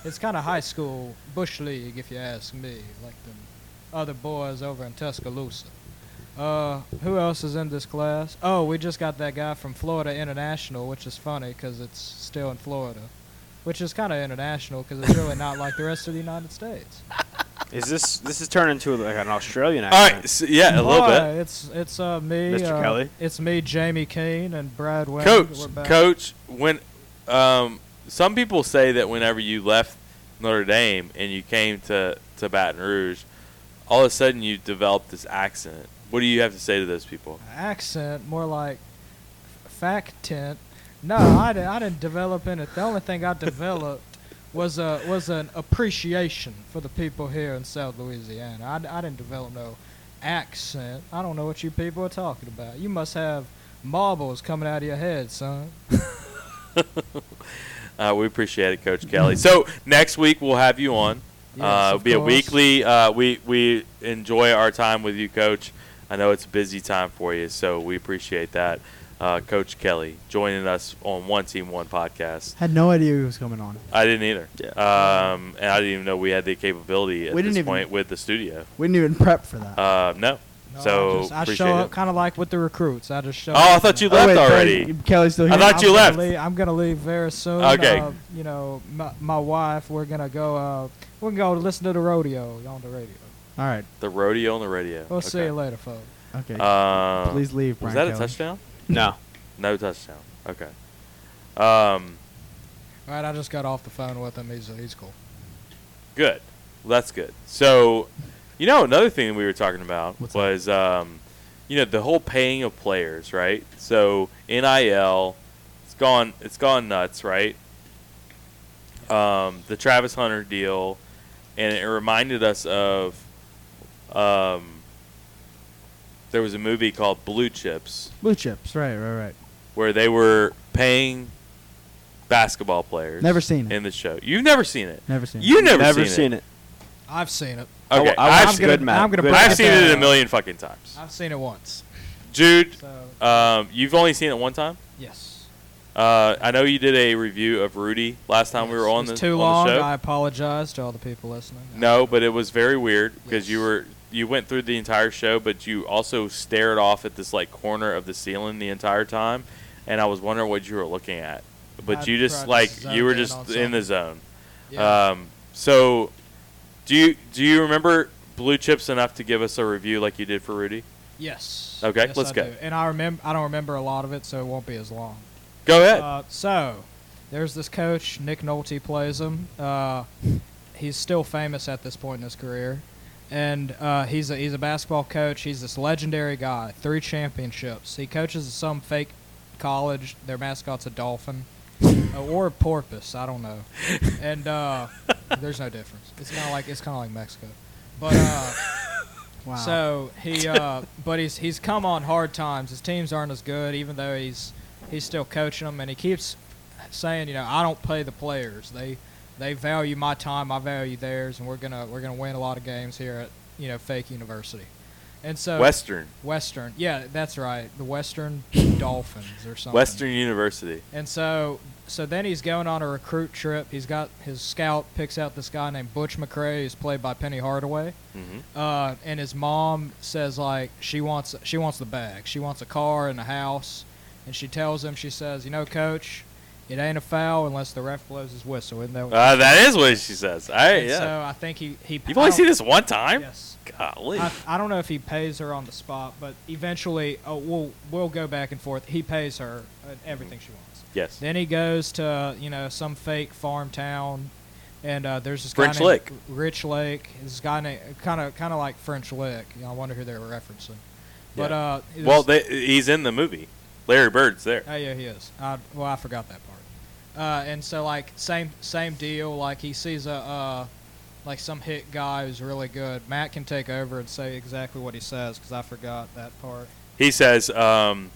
It's kind of high school bush league, if you ask me, like the other boys over in Tuscaloosa. Uh, who else is in this class? Oh, we just got that guy from Florida International, which is funny because it's still in Florida, which is kind of international because it's really not like the rest of the United States. Is this this is turning into like an Australian All accent? right. So, yeah, (laughs) a little Hi, bit. It's it's uh, me, Mr. uh, Kelly. It's me, Jamie Keane, and Brad Wayne. We're Coach, back. coach. When um, some people say that whenever you left Notre Dame and you came to to Baton Rouge, all of a sudden you developed this accent. What do you have to say to those people? Accent more like fact tent. No, I didn't. I didn't develop anything. The only thing I developed (laughs) was a was an appreciation for the people here in South Louisiana. I, d- I didn't develop no accent. I don't know what you people are talking about. You must have marbles coming out of your head, son. Uh, we appreciate it, Coach Kelly. So next week we'll have you on. uh, Mm-hmm. Yes, it'll of be a course. weekly. Uh, we we enjoy our time with you, Coach. I know it's a busy time for you, so we appreciate that, uh, Coach Kelly, joining us on One Team One podcast. Had no idea he was coming on. I didn't either. Yeah. Um, and I didn't even know we had the capability at We this didn't even- point with the studio. We didn't even prep for that. Uh, no. No, so I, just, I appreciate show up it. kind of like with the recruits. I just show. Oh, up I and- thought you left already. Kelly's still I here. thought I'm you gonna left. leave- I'm gonna leave very soon. Okay. Uh, you know, my, my wife. We're gonna go. Uh, we're gonna go listen to the rodeo on the radio. All right. The rodeo on the radio. We'll see you Okay. later, folks. Okay. Uh, Please leave, Was Brian that a Kelly. touchdown? No. No touchdown. Okay. Um, All right, I just got off the phone with him. He's he's cool. good. Well, that's good. So, you know, another thing we were talking about What's that? was, um, you know, the whole paying of players, right? So NIL, it's gone, it's gone nuts, right? Um, the Travis Hunter deal, and it reminded us of, um, there was a movie called Blue Chips Blue chips. Right. Right. Right. where they were paying basketball players Never seen it. in the show. You've never seen it. Never seen. it. You've never, seen, it. it. I've seen it. Okay, I, I I've watched seen- gonna- Good Matt. I'm gonna Good break I've it seen it a down. million fucking times. I've seen it once. Jude, So um, you've only seen it one time. yes. Uh, I know you did a review of Rudy last time we Yes. were on It's the, too on long. the show. I apologize to all the people listening. no, but it was very weird because you Yes. were you went through the entire show, but you also stared off at this like corner of the ceiling the entire time, and I was wondering what you were looking at. But I you tried just to like zone you were in just on in something. the zone. Yeah. Um, so, do you do you remember Blue Chips enough to give us a review like you did for Rudy? yes. okay, Yes, let's I go. do. And I remember. I don't remember a lot of it, so it won't be as long. Go ahead. Uh, so, there's this coach, Nick Nolte plays him. Uh, he's still famous at this point in his career. And uh, he's, a, he's a basketball coach. He's this legendary guy, three championships. He coaches at some fake college. Their mascot's a dolphin uh, or a porpoise. I don't know. And uh, there's no difference. It's kind of like it's kind of like Mexico. But uh, Wow. so he, uh, but he's he's come on hard times. His teams aren't as good, even though he's he's still coaching them, and he keeps saying, you know, I don't play the players. They they value my time, I value theirs, and we're gonna we're gonna win a lot of games here at you know fake university. And so Western Western, yeah, that's right, the Western Dolphins or something. Western University. And so, so then he's going on a recruit trip. He's got his scout picks out this guy named Butch McRae, who's played by Penny Hardaway. Mm-hmm. Uh, and his mom says like she wants she wants the bag. She wants a car and a house. And she tells him she says, you know, coach, it ain't a foul unless the ref blows his whistle. Isn't that what Uh, that is what she says. I And yeah. So I think he he. You've I only don't- seen this one time. Yes. Golly. I, I don't know if he pays her on the spot, but eventually, oh, we'll we'll go back and forth. He pays her uh, Mm-hmm. everything she wants. yes. Then he goes to you know some fake farm town, and uh, there's this French guy named Lick. Rich Lake. This guy named kind of kind of like French Lick. You know, I wonder who they were referencing. But Yeah. uh, it Well, was- they, he's in the movie. Larry Bird's there. Oh yeah, he is. I, well, I forgot that part. Uh, and so like same same deal. Like he sees a uh, like some hit guy who's really good. Matt can take over and say exactly what he says because I forgot that part. He says, um,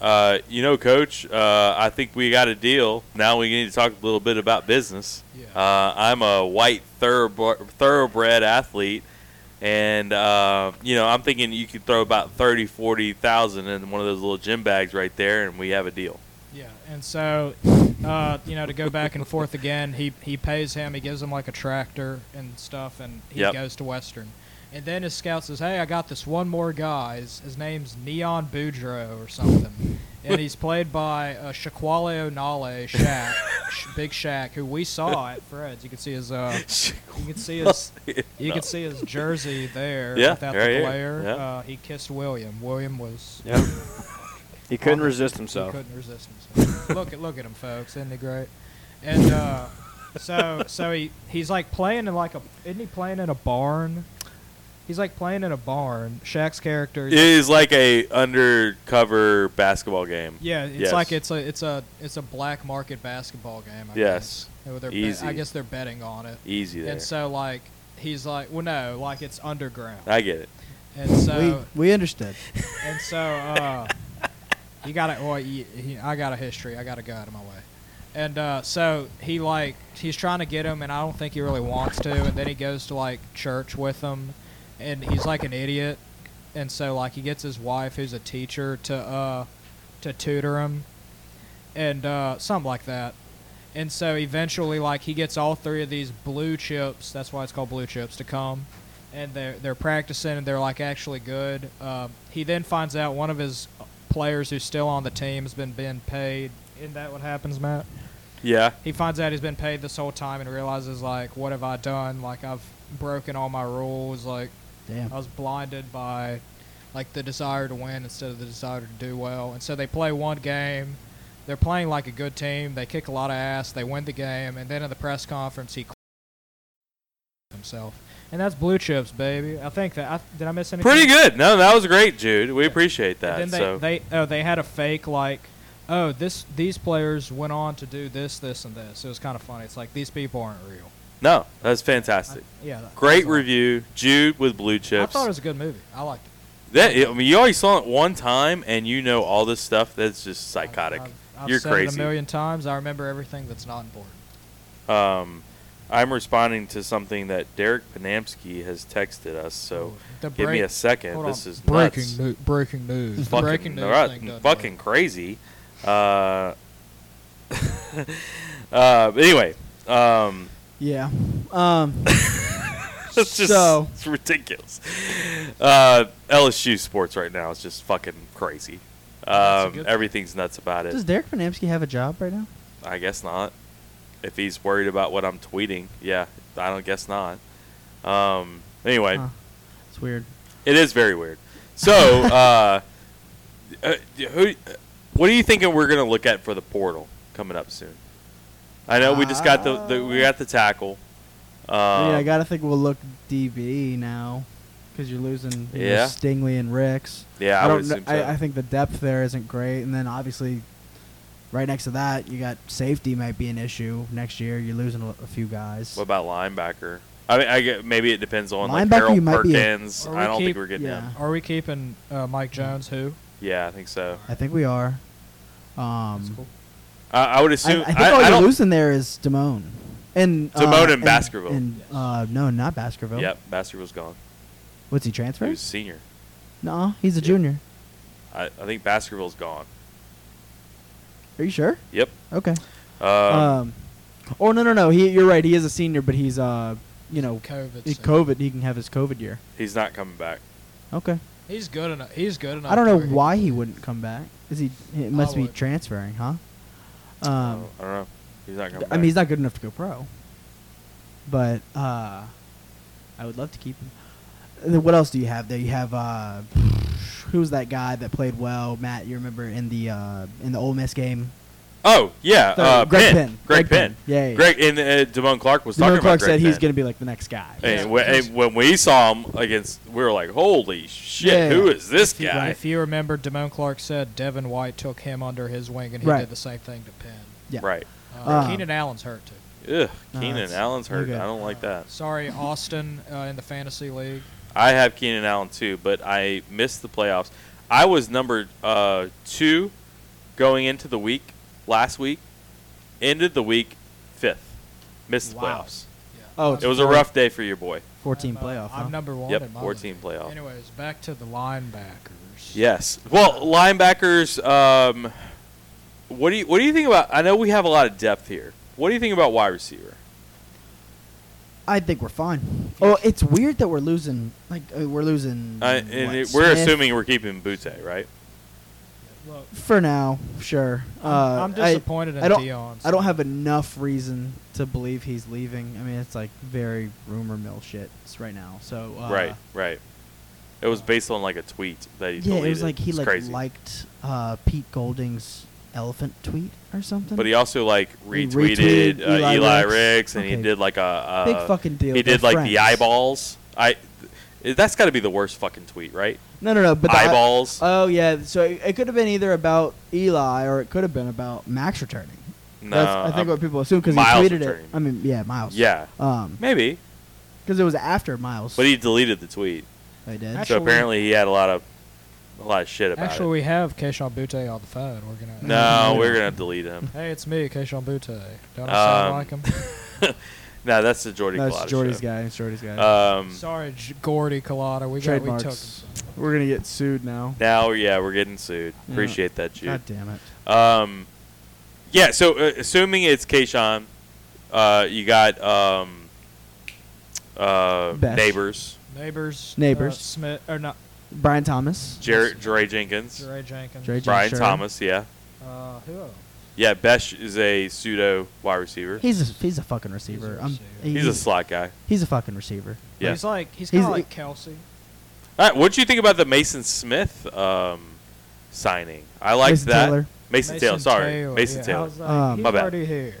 uh, "You know, Coach, uh, I think we got a deal. Now we need to talk a little bit about business. Yeah. Uh, I'm a white thoroughbred, thoroughbred athlete, and uh, you know, I'm thinking you could throw about thirty, forty thousand in one of those little gym bags right there, and we have a deal. Yeah, and so, uh, you know, to go back and forth again, he he pays him, he gives him like a tractor and stuff, and he Yep. goes to Western. And then his scout says, "Hey, I got this one more guy. His, his name's Neon Boudreaux or something, and he's played by uh, Shaquale O'Nale, (laughs) Shaq, Sh- Big Shaq, who we saw at Fred's. You can see his uh, you can see his you No. can see his jersey there Yeah, without right the here, player. yeah. Uh, he kissed William. William was Yep. he couldn't Honest- resist he himself. couldn't resist himself. (laughs) look at look at him, folks. Isn't he great? And uh, so so he he's like playing in like a isn't he playing in a barn? He's like playing in a barn. Shaq's character. It is like a undercover basketball game. yeah, it's Yes. like it's a it's a it's a black market basketball game. I Yes. guess. They're Easy. I guess they're betting on it. Easy there. And so like he's like well no like it's underground. I get it. and so we we understood. and so uh, you got to well, you, he, I got a history. I got to go out of my way. And uh, so he like he's trying to get him, and I don't think he really wants to. And then he goes to like church with him, and he's like an idiot. And so like he gets his wife, who's a teacher, to uh, to tutor him, and uh, something like that. And so eventually, like he gets all three of these blue chips. That's why it's called blue chips to come, and they're they're practicing and they're like actually good. Uh, he then finds out one of his players who's still on the team has been being paid. Isn't that what happens, Matt? Yeah. He finds out he's been paid this whole time and realizes like, what have I done? Like I've broken all my rules. Like Damn. I was blinded by like the desire to win instead of the desire to do well. And so they play one game. They're playing like a good team. They kick a lot of ass. They win the game, and then in the press conference, he (laughs) himself. And that's blue chips, baby. I think that I, did I miss anything? Pretty good. No, that was great, Jude. We appreciate that. And then they, so they oh they had a fake like oh this these players went on to do this this and this. It was kind of funny. It's like these people aren't real. no, that was fantastic. I- yeah. that- Great that's all. review, Jude with blue I chips. thought it was a good movie. I liked it. that I mean, you already saw it one time, and you know all this stuff. That's just I- psychotic. I've, I've You're said crazy. It a million times. I remember everything that's not important. Um, I'm responding to something that Derek Panamsky has texted us. So The give me break- a second. hold This on. is breaking nuts. news. Breaking news. The fucking (laughs) breaking news nut- thing doesn't fucking work. crazy. Uh, (laughs) uh, but anyway, um, (laughs) Yeah. Um. it's just So- it's ridiculous. Uh, LSU sports right now is just fucking crazy. That's a Um, good thing. everything's nuts about it. Does Derek Panamsky have a job right now? I guess not. If he's worried about what I'm tweeting, yeah, I don't guess not. Um, anyway, Huh. It's weird. it is very weird. (laughs) So, uh, uh, who, what are you thinking we're gonna look at for the portal coming up soon? I know we just got the, the we got the tackle. Um, yeah, I gotta think we'll look DB now, because you're losing you know, Yeah. Stingley and Ricks. yeah, I, don't. would kn- assume so. I, I think the depth there isn't great, and then obviously, right next to that, you got safety might be an issue next year. You're losing a, a few guys. What about linebacker? I mean, I get, maybe it depends on like Linebacker, you Harold might be a- Perkins. Or we I don't think keep- we're getting yeah. him. Are we keeping uh, Mike Jones? Who? Yeah, I think so. I think we are. That's Um, cool. I, I would I, assume. I think I, all I you're don't- losing there is Damone. And uh, Damone and Baskerville. And uh, no, not Baskerville. Yep, Baskerville's gone. What's he He transferred? was senior. No, he's a junior. I, I think Baskerville's gone. Are you sure? Yep. Okay. Um, Um, oh no no no. He, you're right. He is a senior, but he's uh, you know, COVID. he so- COVID. He can have his COVID year. he's not coming back. Okay. He's good enough. He's good enough. I don't know for- why he wouldn't come back. Is he? It must be would. transferring, huh? Um, I don't know. He's not coming. I mean, he's not good enough to go pro, but uh, I would love to keep him. And then what else do you have there? You have uh, who was that guy that played well, Matt? You remember in the uh, in the Ole Miss game? Oh yeah, Sorry, uh, Greg Penn. Penn. Greg Greg Penn. Penn. Yeah, yeah, Greg and uh, Devon Clark was talking Remember Clark about said Greg he's Penn. going to be like the next guy. And when, and when we saw him against, we were like, "Holy shit! Yeah. Who is this If you, guy?" if you remember, Damone Clark said Devin White took him under his wing, and he Right. did the same thing to Penn. Yeah. Right. Uh, Um, Keenan Allen's hurt too. Ugh. No, Keenan that's Allen's no hurt. good. I don't like that. Sorry, Austin uh, in the fantasy league. I have Keenan Allen too, but I missed the playoffs. I was number uh, two going into the week last week. Ended the week fifth. Missed the Wow. playoffs. Yeah. Oh, It was a rough day for your boy. 14 I'm, uh, playoff. I'm huh? number one. Yep, in my 14 league. playoff. Anyways, back to the linebackers. Yes. Well, linebackers. Um, what do you What do you think about? I know we have a lot of depth here. What do you think about wide receiver? I think we're fine. Oh, it's weird that we're losing. Like uh, we're losing. I, and what, it- we're Smith? assuming we're keeping Butte, right? Look, for now, sure. Uh, I'm, I'm I- disappointed in I don't- Dion. I don't have enough reason to believe he's leaving. I mean, it's like very rumor mill shit s- right now. So uh, right. Right. It was based on like a tweet that he Yeah, deleted. it was like he It's like crazy. liked uh, Pete Golding's elephant tweet or something. But he also like He retweeted, retweeted uh, Eli, Eli Ricks, Ricks. and he Okay. did like a uh, big fucking deal. he did They're like the friends. eyeballs. I th- that's got to be the worst fucking tweet, right? No, no, no. But the eye- eyeballs. oh yeah. So it, it could have been either about Eli or it could have been about Max returning. no, That's, I think I'm- what people assume because he Miles tweeted returning. it. I mean, yeah, Miles. yeah, Um, maybe. because it was after Miles. But he deleted the tweet, I did. Actually- so apparently he had a lot of a lot of shit about Actually, we have Keishon Butte on the phone. We're gonna. it. No, we're gonna delete him. (laughs) Hey, it's me, Keishon Butte. Don't I sound Um, like him? (laughs) (laughs) No, that's the Jordy. That's Collado Jordy's show. guy. It's Jordy's guy. Um, Sorry, J- Gordy Collada. We got we took. Trademarks. We're gonna get sued now. now, yeah, we're getting sued. Yeah. Appreciate that, Jude. God damn it. Um, yeah. So uh, assuming it's Kayshawn, uh, you got um, uh, Best. neighbors, Neighbors. Neighbors. Uh, Smith or not? Brian Thomas. Jer- Dre Jenkins, Dre Jenkins. Dre Jen- Brian Sherman. Thomas. Yeah, Uh, who else? yeah. Besh is a pseudo wide receiver. He's a he's a fucking receiver. a I'm- receiver. he- He's a slot guy. he's a fucking receiver. Yeah. He's like he's He's- kind of like Kelsey. All right. What do you think about the Mason Smith um, signing? I like Mason that. Taylor. Mason, Taylor. Sorry, Mason yeah. I Taylor. was like, Um, he's My bad. already here.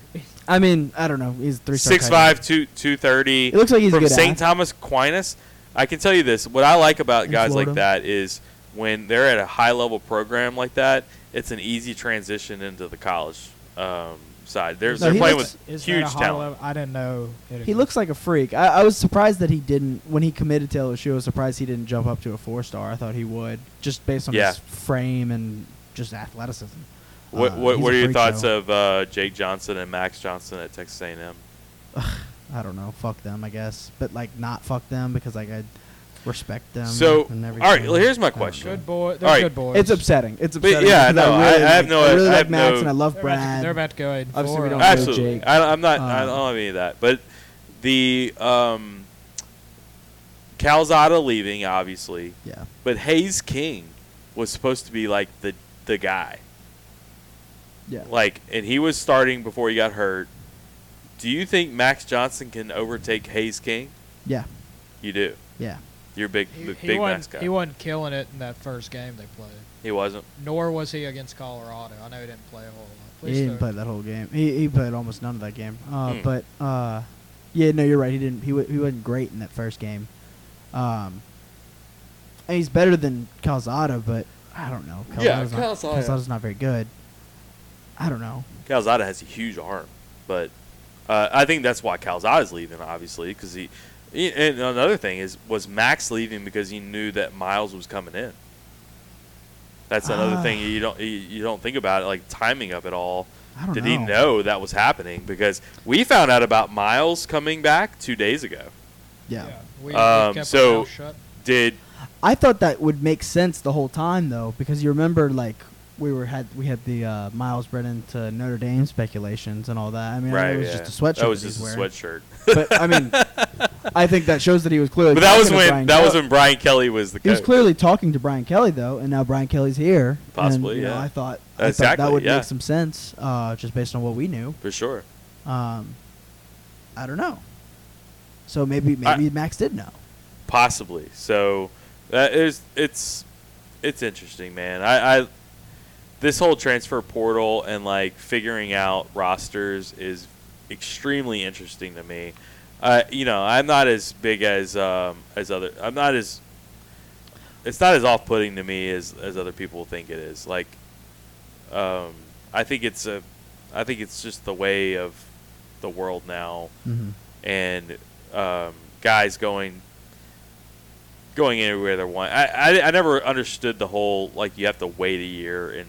I mean, I don't know. He's a three. Six five two two thirty. It looks like he's a from good St. ass. Thomas Aquinas. I can tell you this: what I like about In guys like Florida. that is when they're at a high level program like that, it's an easy transition into the college um, side. They're, No, they're he playing looks- with Is huge that a high talent. level? I didn't know. it He looks like a freak. I, I was surprised that he didn't when he committed to LSU. I was surprised he didn't jump up to a four star. I thought he would, just based on Yeah. his frame and just athleticism. What Uh, what, he's what a are your freak thoughts show. of uh, Jake Johnson and Max Johnson at Texas A&M? I don't know. Fuck them, I guess, but like not fuck them because like I respect them. So, and all everything. right, well, here's my I don't know. question. good boy. They're All right. good boys. It's upsetting. It's But, upsetting. yeah, because no, I, I- really I have like- no- I really I like have Max no- and I love They're about, to, Brad. they're about to go eight and Obviously, four. we don't aren't know Absolutely, Jake. I, I'm not. I Um, don't have any of that. But the um, Calzada leaving, obviously. yeah. But Hayes King was supposed to be like the the guy. Yeah. Like and he was starting before he got hurt. Do you think Max Johnson can overtake Hayes King? Yeah. You do. Yeah. You're a big He, big, he big wasn't, Max guy. He wasn't killing it in that first game they played. He wasn't. Nor was he against Colorado. I know he didn't play a whole lot. Please He didn't don't- play that whole game. He, he played almost none of that game. Uh, Hmm. But uh, yeah, no, you're right. He didn't. He wa he wasn't great in that first game. Um, and he's better than Calzada, but I don't know. Yeah, Calzada's not, Calzada. Calzada's not very good. I don't know. Calzada has a huge arm, but uh, I think that's why Calzada's leaving, obviously, because he, he. And another thing is, was Max leaving because he knew that Miles was coming in. That's another Ah. thing you don't you, you don't think about, like timing of it all. I don't Did know. he know that was happening? Because we found out about Miles coming back two days ago. Yeah. We, we Um, kept our so- mouth shut. Did I thought that would make sense the whole time though, because you remember like we were had we had the uh, Miles Brennan to Notre Dame speculations and all that. I mean, right? it was yeah. just a sweatshirt. That was that he's just a wearing. sweatshirt. but I mean, I think that shows that he was clearly. but that was talking to Brian when that Kelly. was when Brian Kelly was the He was coach. clearly talking to Brian Kelly though, and now Brian Kelly's here. and, Possibly, you know, yeah. I thought I thought Exactly, that would yeah. make some sense, uh, just based on what we knew. for sure. Um, I don't know. So maybe I- maybe Max did know. possibly. So that is it's it's interesting, man. I, I this whole transfer portal and like figuring out rosters is extremely interesting to me. Uh, you know, I'm not as big as um, as other. I'm not as it's not as off-putting to me as as other people think it is. Like, um, I think it's a, I think it's just the way of the world now Mm-hmm. and um, guys going going anywhere they want. I, I I never understood the whole like you have to wait a year and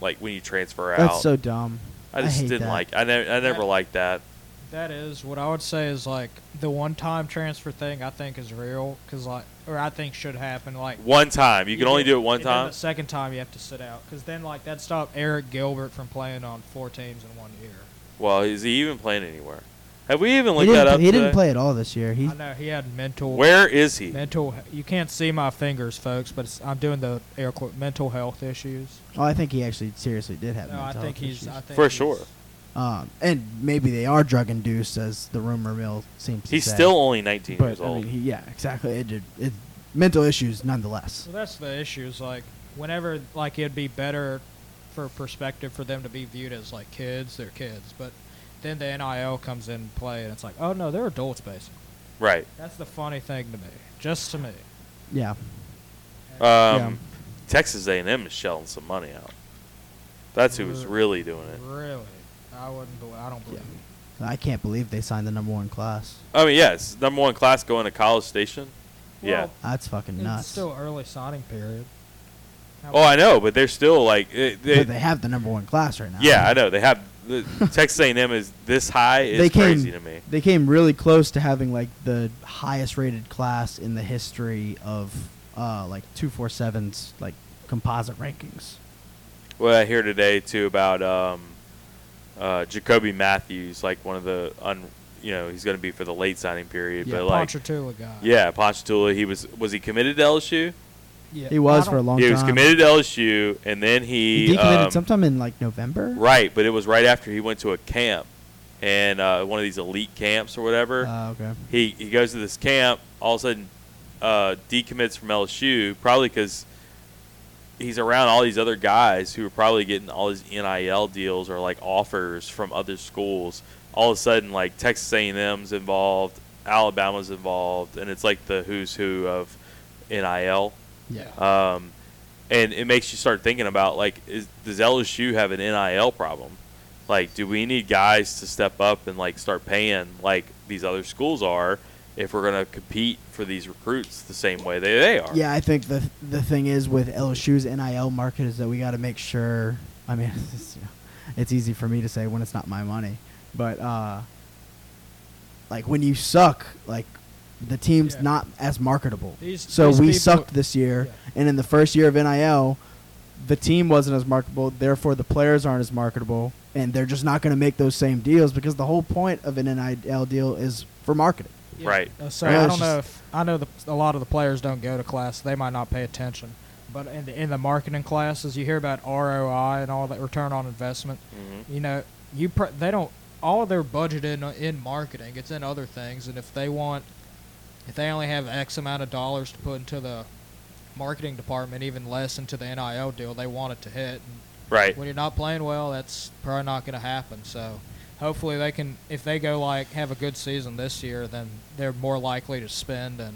like when you transfer out. That's so dumb. I I just hate didn't that. like. I never I never That- liked that. That is what I would say is like the one-time transfer thing. I think is real because like, or I think should happen. Like One time you can only get- do it one and then time. The second time you have to sit out because then like that stopped Eric Gilbert from playing on four teams in one year. Well, is he even playing anywhere? Have we even He, looked didn't, that up? he didn't today? play at all this year. He I know he had mental. Where is he? Mental. You can't see my fingers, folks, but it's, I'm doing the air quote mental health issues. oh, I think he actually seriously did have. No, I mental think health he's. issues. I think For he's- sure. Um, and maybe they are drug induced, as the rumor mill seems to He's say. still only 19 but, years I old. mean, he- yeah, exactly. It, it, it, mental issues, nonetheless. Well, that's the issue. Is like whenever like it'd be better for perspective for them to be viewed as like kids, they're kids, but then the NIL comes in play and it's like, oh no, they're adults basically. right. That's the funny thing to me, just to me. Yeah. Um, Texas A&M is shelling some money out. That's who was Uh, R- really doing it. Really, I wouldn't. Believe, I don't believe. Yeah. I can't believe they signed the number one class. I mean, yes, number one class going to College Station. Well, yeah. That's fucking It's nuts. still early signing period. How Oh, I know, but they're still like, eh, they, but they have the number one class right now. yeah, I know they have (laughs) the, Texas A&M is this high. It's They came- crazy to me. They came really close to having like the highest rated class in the history of uh, like 247's like composite rankings. What I hear today too about um, uh, Jacoby Matthews, like one of the un, you know, he's going to be for the late signing period, Yeah, but like, Ponchatoula guy. yeah, Ponchatoula, he was was he committed to LSU? Yeah, He was I for a don't- long he time. was committed to LSU, and then He he decommitted um, sometime in like November. Right, but it was right after he went to a camp, and uh, one of these elite camps or whatever. Uh, okay. he he goes to this camp. All of a sudden, uh, decommits from LSU, probably because he's around all these other guys who are probably getting all these NIL deals or like offers from other schools. All of a sudden, like Texas A&M's involved, Alabama's involved, and it's like the who's who of NIL. Yeah. Um, and it makes you start thinking about like, is, does LSU have an NIL problem? Like, do we need guys to step up and like start paying like these other schools are if we're gonna compete for these recruits the same way they, they are? Yeah, I think the the thing is with LSU's NIL market is that we got to make sure. I mean, (laughs) it's, you know, it's easy for me to say when it's not my money, but uh, like when you suck, like the team's Yeah. not as marketable. These- so these we people- sucked this year, Yeah. and in the first year of NIL, the team wasn't as marketable. Therefore, the players aren't as marketable, and they're just not going to make those same deals because the whole point of an NIL deal is for marketing. Yeah. Right. Uh, so Right. I It's don't just- know if I know the, a lot of the players don't go to class. They might not pay attention. But in the, in the marketing classes, you hear about ROI and all that return on investment. Mhm. You know, you pr- they don't all their budget in in marketing. It's in other things, and if they want, if they only have X amount of dollars to put into the marketing department, even less into the NIL deal, they want it to hit. And Right. when you're not playing well, that's probably not going to happen. So hopefully they can, if they go like have a good season this year, then they're more likely to spend and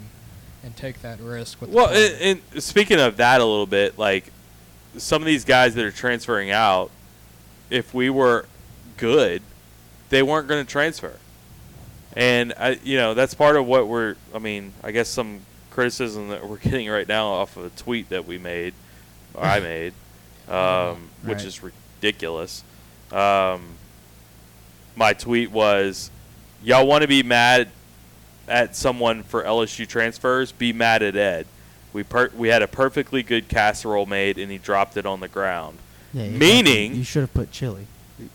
and take that risk. With Well, the player. and, and speaking of that a little bit, like some of these guys that are transferring out, if we were good, they weren't going to transfer. And I, you know, that's part of what we're. I mean, I guess some criticism that we're (laughs) getting right now off of a tweet that we made, (laughs) or I made, um, which Uh-huh. Right. is ridiculous. Um, my tweet was, "Y'all want to be mad at someone for LSU transfers? Be mad at Ed. We per- we had a perfectly good casserole made, and he dropped it on the ground. Yeah, you- Meaning- you should have put chili.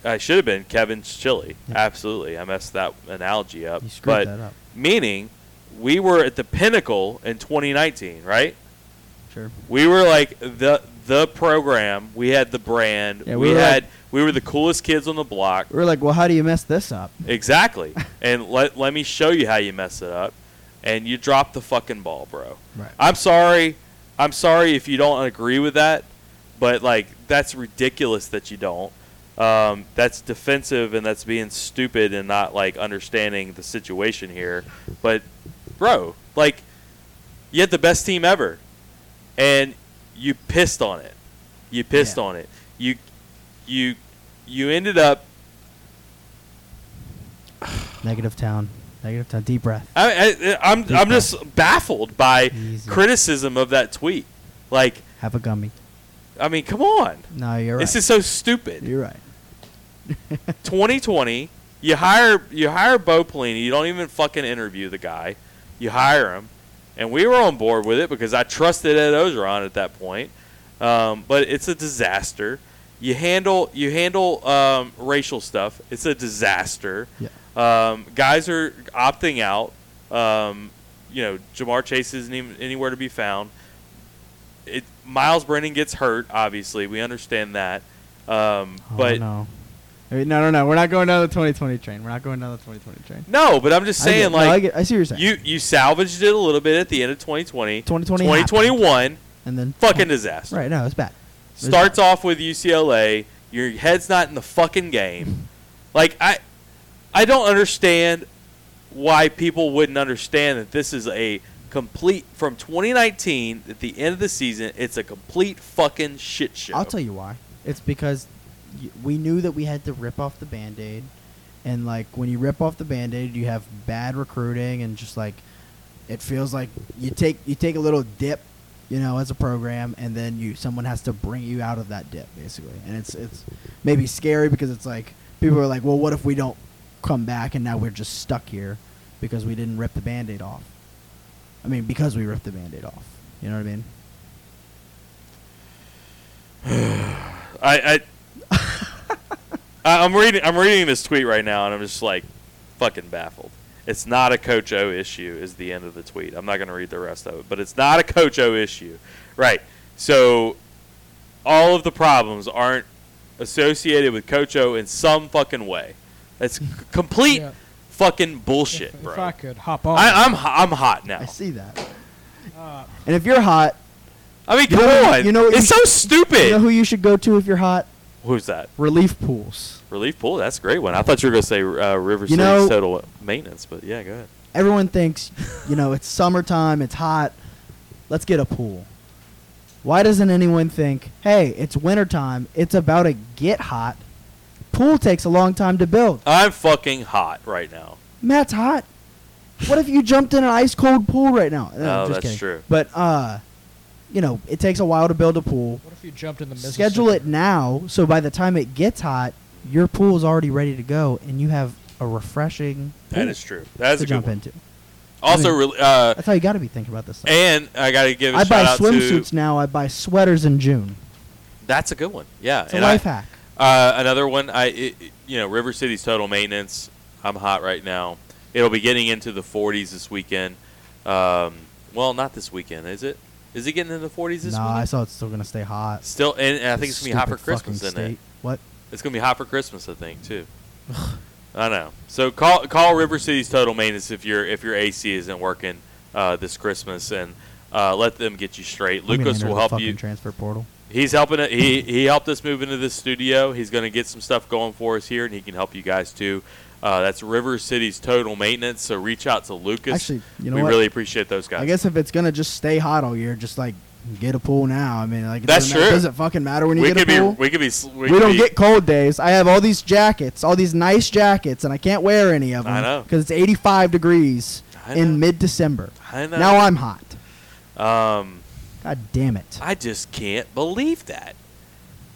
I should have been Kevin's chili. Yeah. Absolutely, I messed that analogy up. You screwed but that up. meaning, we were at the pinnacle in 2019, right? Sure. We were like the the program. We had the brand. Yeah, we we were like- had we were the coolest kids on the block. We're like, well, how do you mess this up? (laughs) Exactly. and let let me show you how you mess it up. And you drop the fucking ball, bro. Right. I'm sorry. I'm sorry if you don't agree with that, but like that's ridiculous that you don't. Um, that's defensive and that's being stupid and not like understanding the situation here. But bro, like you had the best team ever, and you pissed on it. You pissed Yeah. on it. You you you ended up Negative town. Negative town. Deep breath. I, I, I'm Deep I'm breath. just baffled by Easy. criticism of that tweet. Like, Have a gummy. I mean, come on, No, you're right. this is so stupid. you're right. 2020, you hire you hire Bo Pelini. You don't even fucking interview the guy. You hire him, and we were on board with it because I trusted Ed Ogeron at that point. Um, but it's a disaster. You handle you handle um, racial stuff. It's a disaster. Yeah. Um, guys are opting out. Um, you know, Jamar Chase isn't even anywhere to be found. It Miles Brennan gets hurt. Obviously, we understand that. Um, Oh, (laughs) but no. I mean, no, no, no. We're not going down the 2020 train. We're not going down the 2020 train. no, but I'm just I saying, get- no, I, like, get- I see what you're saying. you you salvaged it a little bit at the end of 2020. 2020 2021, And then oh. fucking disaster. Right. No, it's bad. It's Starts off with UCLA. Your head's not in the (laughs) fucking game. Like I, I don't understand why people wouldn't understand that this is a complete from 2019 at the end of the season. It's a complete fucking shit show. I'll tell you why. It's because y- we knew that we had to rip off the band aid. And, like, when you rip off the band aid, you have bad recruiting and just, like, it feels like you take you take a little dip, you know, as a program, and then you someone has to bring you out of that dip, basically. And it's it's maybe scary because it's like people are like, well, what if we don't come back and now we're just stuck here because we didn't rip the band aid off? I mean, because we ripped the band aid off. You know what I mean? I, I, I I'm reading I'm reading this tweet right now, and I'm just like fucking baffled. It's not a Coach O issue. Is the end of the tweet. I'm not going to read the rest of it, but it's not a Coach O issue, right? So all of the problems aren't associated with Coach O in some fucking way. That's c- complete Yeah. fucking bullshit, if, bro. if I could hop on. I, I'm ho- I'm hot I now. see that. Uh, and if you're hot, I mean, You come know- on. you know what it's you so you know stupid. who you should go to if you're hot? Who's that? Relief pools. Relief pool. That's a great one. I thought you were going to say uh, River You City's know- total maintenance, but yeah, go ahead. everyone thinks, you know, it's summertime, it's hot, let's get a pool. Why doesn't anyone think, hey, it's wintertime, it's about to get hot? Pool takes a long time to build. I'm fucking hot right now. Matt's hot. What if you jumped in an ice cold pool right now? No, Oh, just that's kidding. true. But uh, you know, it takes a while to build a pool. what if you jumped in the Mississippi? Schedule it now, so by the time it gets hot, your pool's already ready to go, and you have a refreshing pool That is true. That's to a good jump one. into. Also, I mean- re- uh, That's how you got to be thinking about this stuff. and I got to give a I shout buy out swimsuits to. now. I buy sweaters in June. That's a good one. Yeah, It's a and life I, hack. uh, another one. I it, it- you know River City's total maintenance. I'm hot right now. It'll be getting into the 40s this weekend. Um, well, not this weekend, is it? Is it getting into the 40s this No, I weekend? saw it's still gonna stay hot. Still, and, and I think it's gonna be hot for Stupid fucking Christmas, isn't it? state. What? It's gonna be hot for Christmas, I think, too. (sighs) I know. So call call River City's total maintenance if your if your AC isn't working uh, this Christmas, and uh, let them get you straight. I'm gonna Lucas enter will the help fucking you. Transfer portal. He's helping. it- He he helped us move into this studio. He's gonna get some stuff going for us here, and he can help you guys too. Uh, that's River City's total maintenance. So reach out to Lucas. Actually, you know we what? really appreciate those guys. I guess if it's gonna just stay hot all year, just like get a pool now. I mean, like it That's doesn't matter- true. Does it fucking matter when you we get a could be pool? we could be sl- we, we could don't be- get cold days. I have all these jackets, all these nice jackets, and I can't wear any of them I know. because it's 85 degrees I know. in mid-December. I know. Now I'm hot. um. God damn it! I just can't believe that.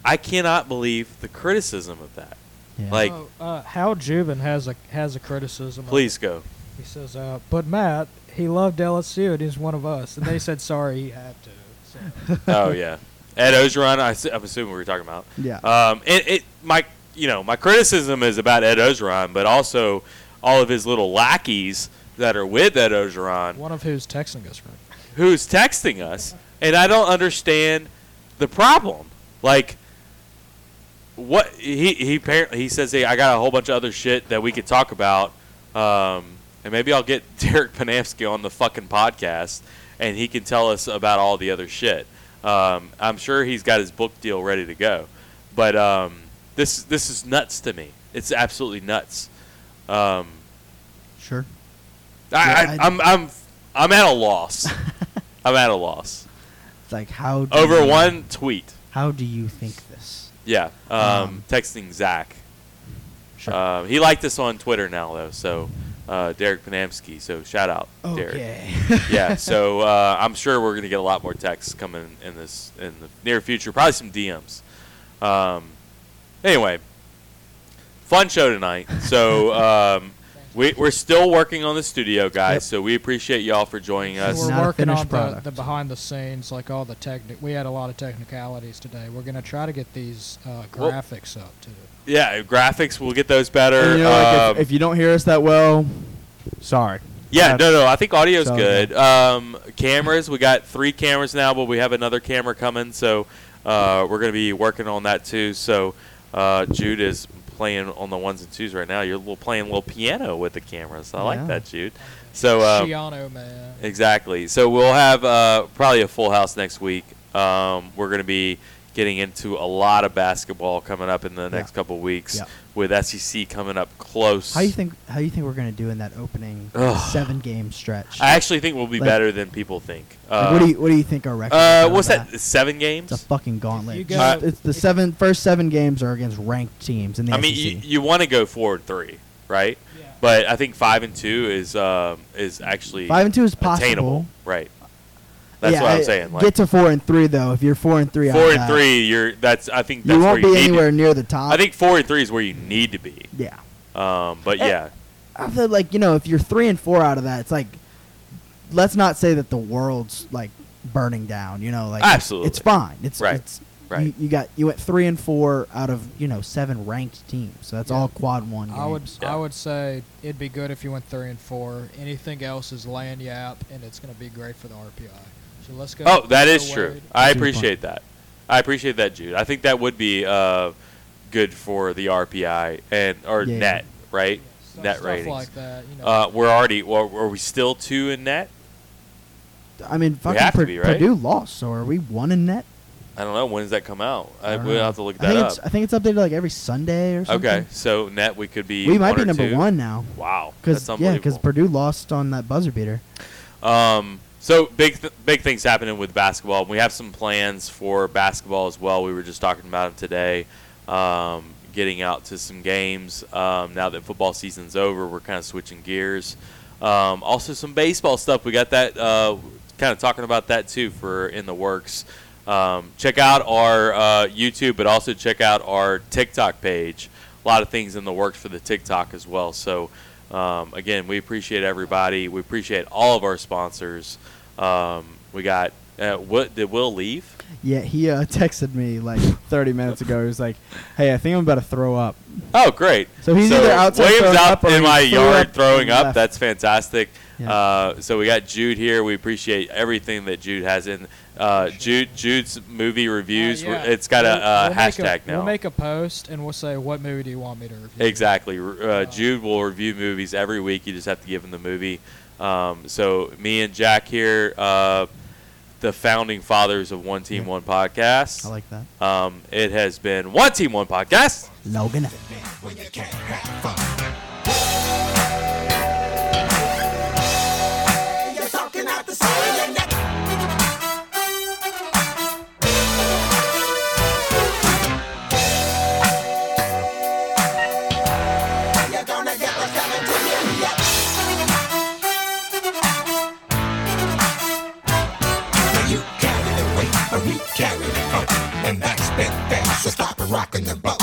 I cannot believe the criticism of that. Yeah. Like, Oh, uh, Hal Jubin has a has a criticism. of please go. He says, uh, but Matt, he loved LSU and he's one of us. And they said, sorry, he had to. So, oh yeah, Ed Ogeron. I, s- I'm assuming we were talking about. Yeah. Um, and it my you know my criticism is about Ed Ogeron, but also all of his little lackeys that are with Ed Ogeron, one of who's texting us right who's texting us, and I don't understand the problem. Like, what he he apparently he says, hey, I got a whole bunch of other shit that we could talk about, um, and maybe I'll get (laughs) Derek Panamsky on the fucking podcast, and he can tell us about all the other shit. Um, I'm sure he's got his book deal ready to go, but um, this this is nuts to me. It's absolutely nuts. Um, Sure. I, Yeah, I, I- I'm I'm I'm at a loss. I'm at a loss It's like how do over you- one tweet. How do you think this? Yeah, um, Um, texting Zach. Sure. Um, he liked us on Twitter now though, so uh, Derek Panamsky. So shout out, Oh, Derek. okay. (laughs) (laughs) yeah, so uh, I'm sure we're gonna get a lot more texts coming in this in the near future. Probably some DMs. Um, anyway, fun show tonight. (laughs) So um, we, we're still working on the studio, guys. Yep. So we appreciate y'all for joining us. It's we're not a working finished on the, product. the behind the scenes, like all the technic. We had a lot of technicalities today. We're gonna try to get these uh, Well- graphics up too. Yeah, graphics. We'll get those better. And you know, like, Um, if, if you don't hear us that well, sorry. Yeah, Yeah. no, no. I think audio's So- good. Um, cameras, we got three cameras now, but we have another camera coming, so uh, we're gonna be working on that too. So uh, Jude is playing on the ones and twos right now. You're little, playing a little piano with the cameras. I like Yeah. that, Jude. So um, Shiano man. Exactly. So we'll have uh, probably a full house next week. Um, we're going to be getting into a lot of basketball coming up in the next couple weeks Yeah. with SEC coming up close. How you think? How you think we're gonna do in that opening Ugh. seven game stretch? I actually think we'll be Like- better than people think. Uh, Like, what do you What do you think our record? uh, is what's out of that? Seven games? It's a fucking gauntlet. you Just- go- it's the seven first seven games are against ranked teams in the E I SEC. mean, you, you want to go forward three, right? But I think five and two is um, is actually Five and two is possible. attainable, right? That's Yeah, what I'm I- saying. Like, get to four and three though. If you're four and three, I'm four and out. three, you're that's. I think that's you won't where you be need anywhere To, near the top. I think four and three is where you need to be. Yeah, Um, but Eh, yeah, I feel like you know if you're three and four out of that, it's like let's not say that the world's like burning down. You know, like it's- Absolutely. it's fine. It's Right. It's, Right. You, you got you went three and four out of you know seven ranked teams, so that's Yeah. all quad one. I would games. Yeah. I would say it'd be good if you went three and four. Anything else is land yap, and it's gonna be great for the RPI. So let's go. Oh, that let's is go true. Wade. I Good point. appreciate that. I appreciate that, Jude. I think that would be uh, good for the RPI and or Yeah. net, right? Stuff- net stuff ratings. like that. You know, Uh, we're already. Well, are we still two in net? I mean, fucking have to Pur- be, right? Purdue lost, so are we one in net? I don't know. When does that come out? I, don't we'll know. have to look I that think up. It's, I think it's updated like every Sunday or something. Okay, so net we could be. we might one be or number two. one now. Wow, Cause, that's yeah, because unbelievable. Purdue lost on that buzzer beater. Um, so big, th- big things happening with basketball. We have some plans for basketball as well. We were just talking about them today. Um, getting out to some games. Um, now that football season's over, we're kind of switching gears. Um, also, some baseball stuff. We got that. Uh, kind of talking about that too for in the works. Um, check out our uh, YouTube, but also check out our TikTok page. A lot of things in the works for the TikTok as well. So. Um, again, we appreciate everybody. We appreciate all of our sponsors. Um, we got uh, what did Will leave? Yeah, he uh, (laughs) texted me like 30 minutes ago, he was like, hey, I think I'm about to throw up. Oh, great! So he's either outside Williams throwing out up or he in my threw yard up throwing and up. left. That's fantastic. Yeah. Uh, so we got Jude here. We appreciate everything that Jude has in uh, Jude. Jude's movie reviews. Uh, yeah. It's got a We'll- uh, we'll make a- hashtag now. We'll make a post and we'll say, "What movie do you want me to review?" Exactly. R- Uh, Jude will review movies every week. You just have to give him the movie. Um, so me and Jack here, uh, the founding fathers of One Team One Podcast. I like that. um, it has been One Team One Podcast. Logan. You carry the weight, but we carry the hope. And that's been fast, so stop rocking the boat.